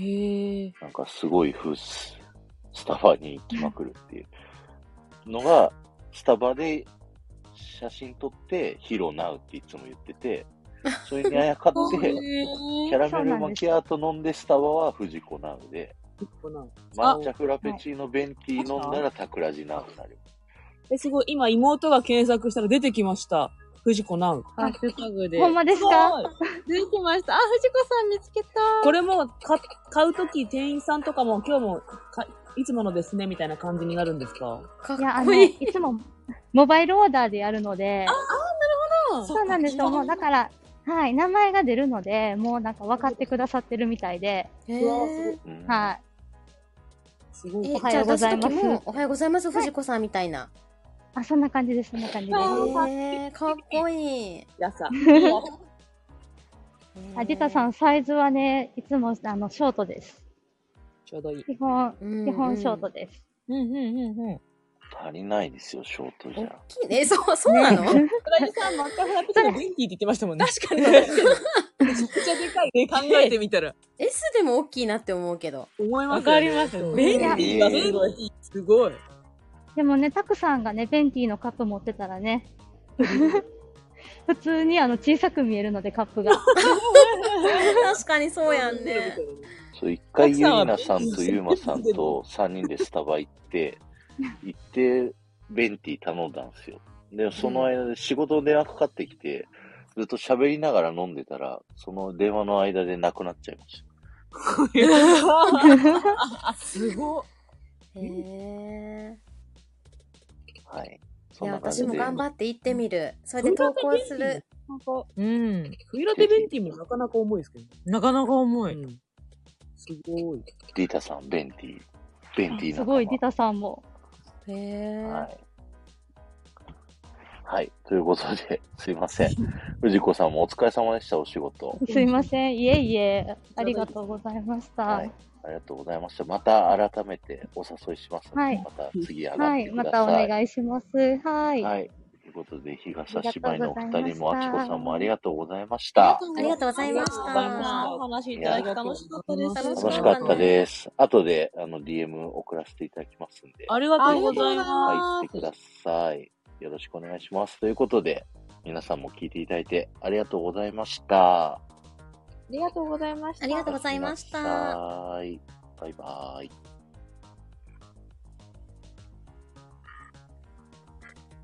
S5: へえ。
S1: なんかすごい風ス、スタバに行きまくるっていうのが、スタバで写真撮って、ヒロナウっていつも言ってて、それにあやか って、キャラメルマキアート飲んで、スタバは藤子ナウで、
S5: あ
S1: 抹茶フラペチーノベンティー飲んだら桜地ナウになる。
S4: え、すごい。今、妹が検索したら出てきました。藤子なう。
S5: ハッシュタグで。
S7: ほんまです
S4: す
S7: か
S4: ごい
S5: 出てきました。あ、藤子さん見つけた。
S4: これも、か、買うとき店員さんとかも、今日も、か、いつものですね、みたいな感じになるんですか
S6: かっ
S7: いや、あ
S6: こ
S7: の、
S6: い
S7: い
S6: い。
S7: つも、モバイルオーダーでやるので、
S5: そう
S7: そうなんですよ。もう、だから、はい、名前が出るので、もうなんか分かってくださってるみたいで、
S6: へ
S4: うわーす
S6: え
S4: ごい。
S1: うん
S7: は
S4: すごい。
S6: え
S7: おは
S6: じゃ
S7: よ
S6: あ
S7: うご
S6: 出
S7: ざい
S6: す
S7: ます
S6: 時も、おはようございます、藤子さんみたいな。
S7: い。あ、そんな感じです、そんな感じで
S6: え
S7: す。
S6: ー、かっこいい。
S4: や さ。
S7: あ、ジタさ
S6: ん。
S7: ん、サイズはね、いつも、あの、ショートです。
S4: ちょうどいい。
S7: 基本、
S6: うんうん
S7: 基本ショートです。
S5: うんうんうんうん。
S1: 足りないですよ、ショートじゃ。
S6: きね、そう、そうなの
S4: 桜木さん、マッカフラペチーノベンティーって言ってましたもんね。確かに。めちゃくちゃでかいね。考えてみたら。
S6: S でも大きいなって思うけど。
S4: 思いま
S5: わ
S4: すよ
S5: か
S4: ね
S5: りますよ
S4: ベン
S5: ね。
S4: ティーがすごい。すごい。
S7: でもね、タクさんがね、ベンティーのカップ持ってたらね、 普通にあの小さく見えるので、カップが。
S6: 確かにそうやんね。
S1: そう、一回ゆり
S4: 奥さんは
S1: なさんとゆうまさんと3人でスタバ行って、行って、ベンティー頼んだんですよ。で、その間で仕事の電話かかってきて、ずっと喋りながら飲んでたら、その電話の間でなくなっちゃいまし
S4: すごい。
S6: へえ。
S1: た。はい。
S6: い
S1: そん
S6: や、
S1: な感
S6: 私
S1: じ
S6: も
S1: で。
S6: 頑張って行ってみる。それで投稿する。
S4: なんか、
S5: うん。
S4: クイラテベンティーもなかなか重いですけど。
S5: なかなか重い。
S4: ん。すごい。
S1: ディータさん、ベンティ。ベンティー
S7: す
S1: 仲
S7: ご
S1: 間
S7: い、ディタさんも。
S6: へえ。
S1: はい。はい。ということで、すいません。藤子さんもお疲れ様でした、お仕事。
S7: すいません。いえいえ、ありがとうございました。は
S1: はい
S7: い。。
S1: ありがとうございました。また改めてお誘いしますので、
S7: はい
S1: また次上がってく
S7: ま
S1: だ
S7: たお
S1: さい。
S7: 願いします。はい。、
S1: はいい。ということで、東芝居のお二人も、
S7: あ
S1: あ
S7: り
S1: き
S7: がとうございました
S1: こさんもありがとうございました。
S6: ありがとうございまし
S5: ありがとうございました
S6: た。
S5: お話いただき楽しかったです。
S6: 楽
S1: 楽しかったです。後で、あの、DM 送らせていただきますんで、
S5: ありがとうございま
S1: 入って
S5: す。
S1: ください。よろしくお願いします。ということで、皆さんも聞いていただいてありがとうございました。
S6: ありがとうございました。
S1: おやすみなさい。バイバイ。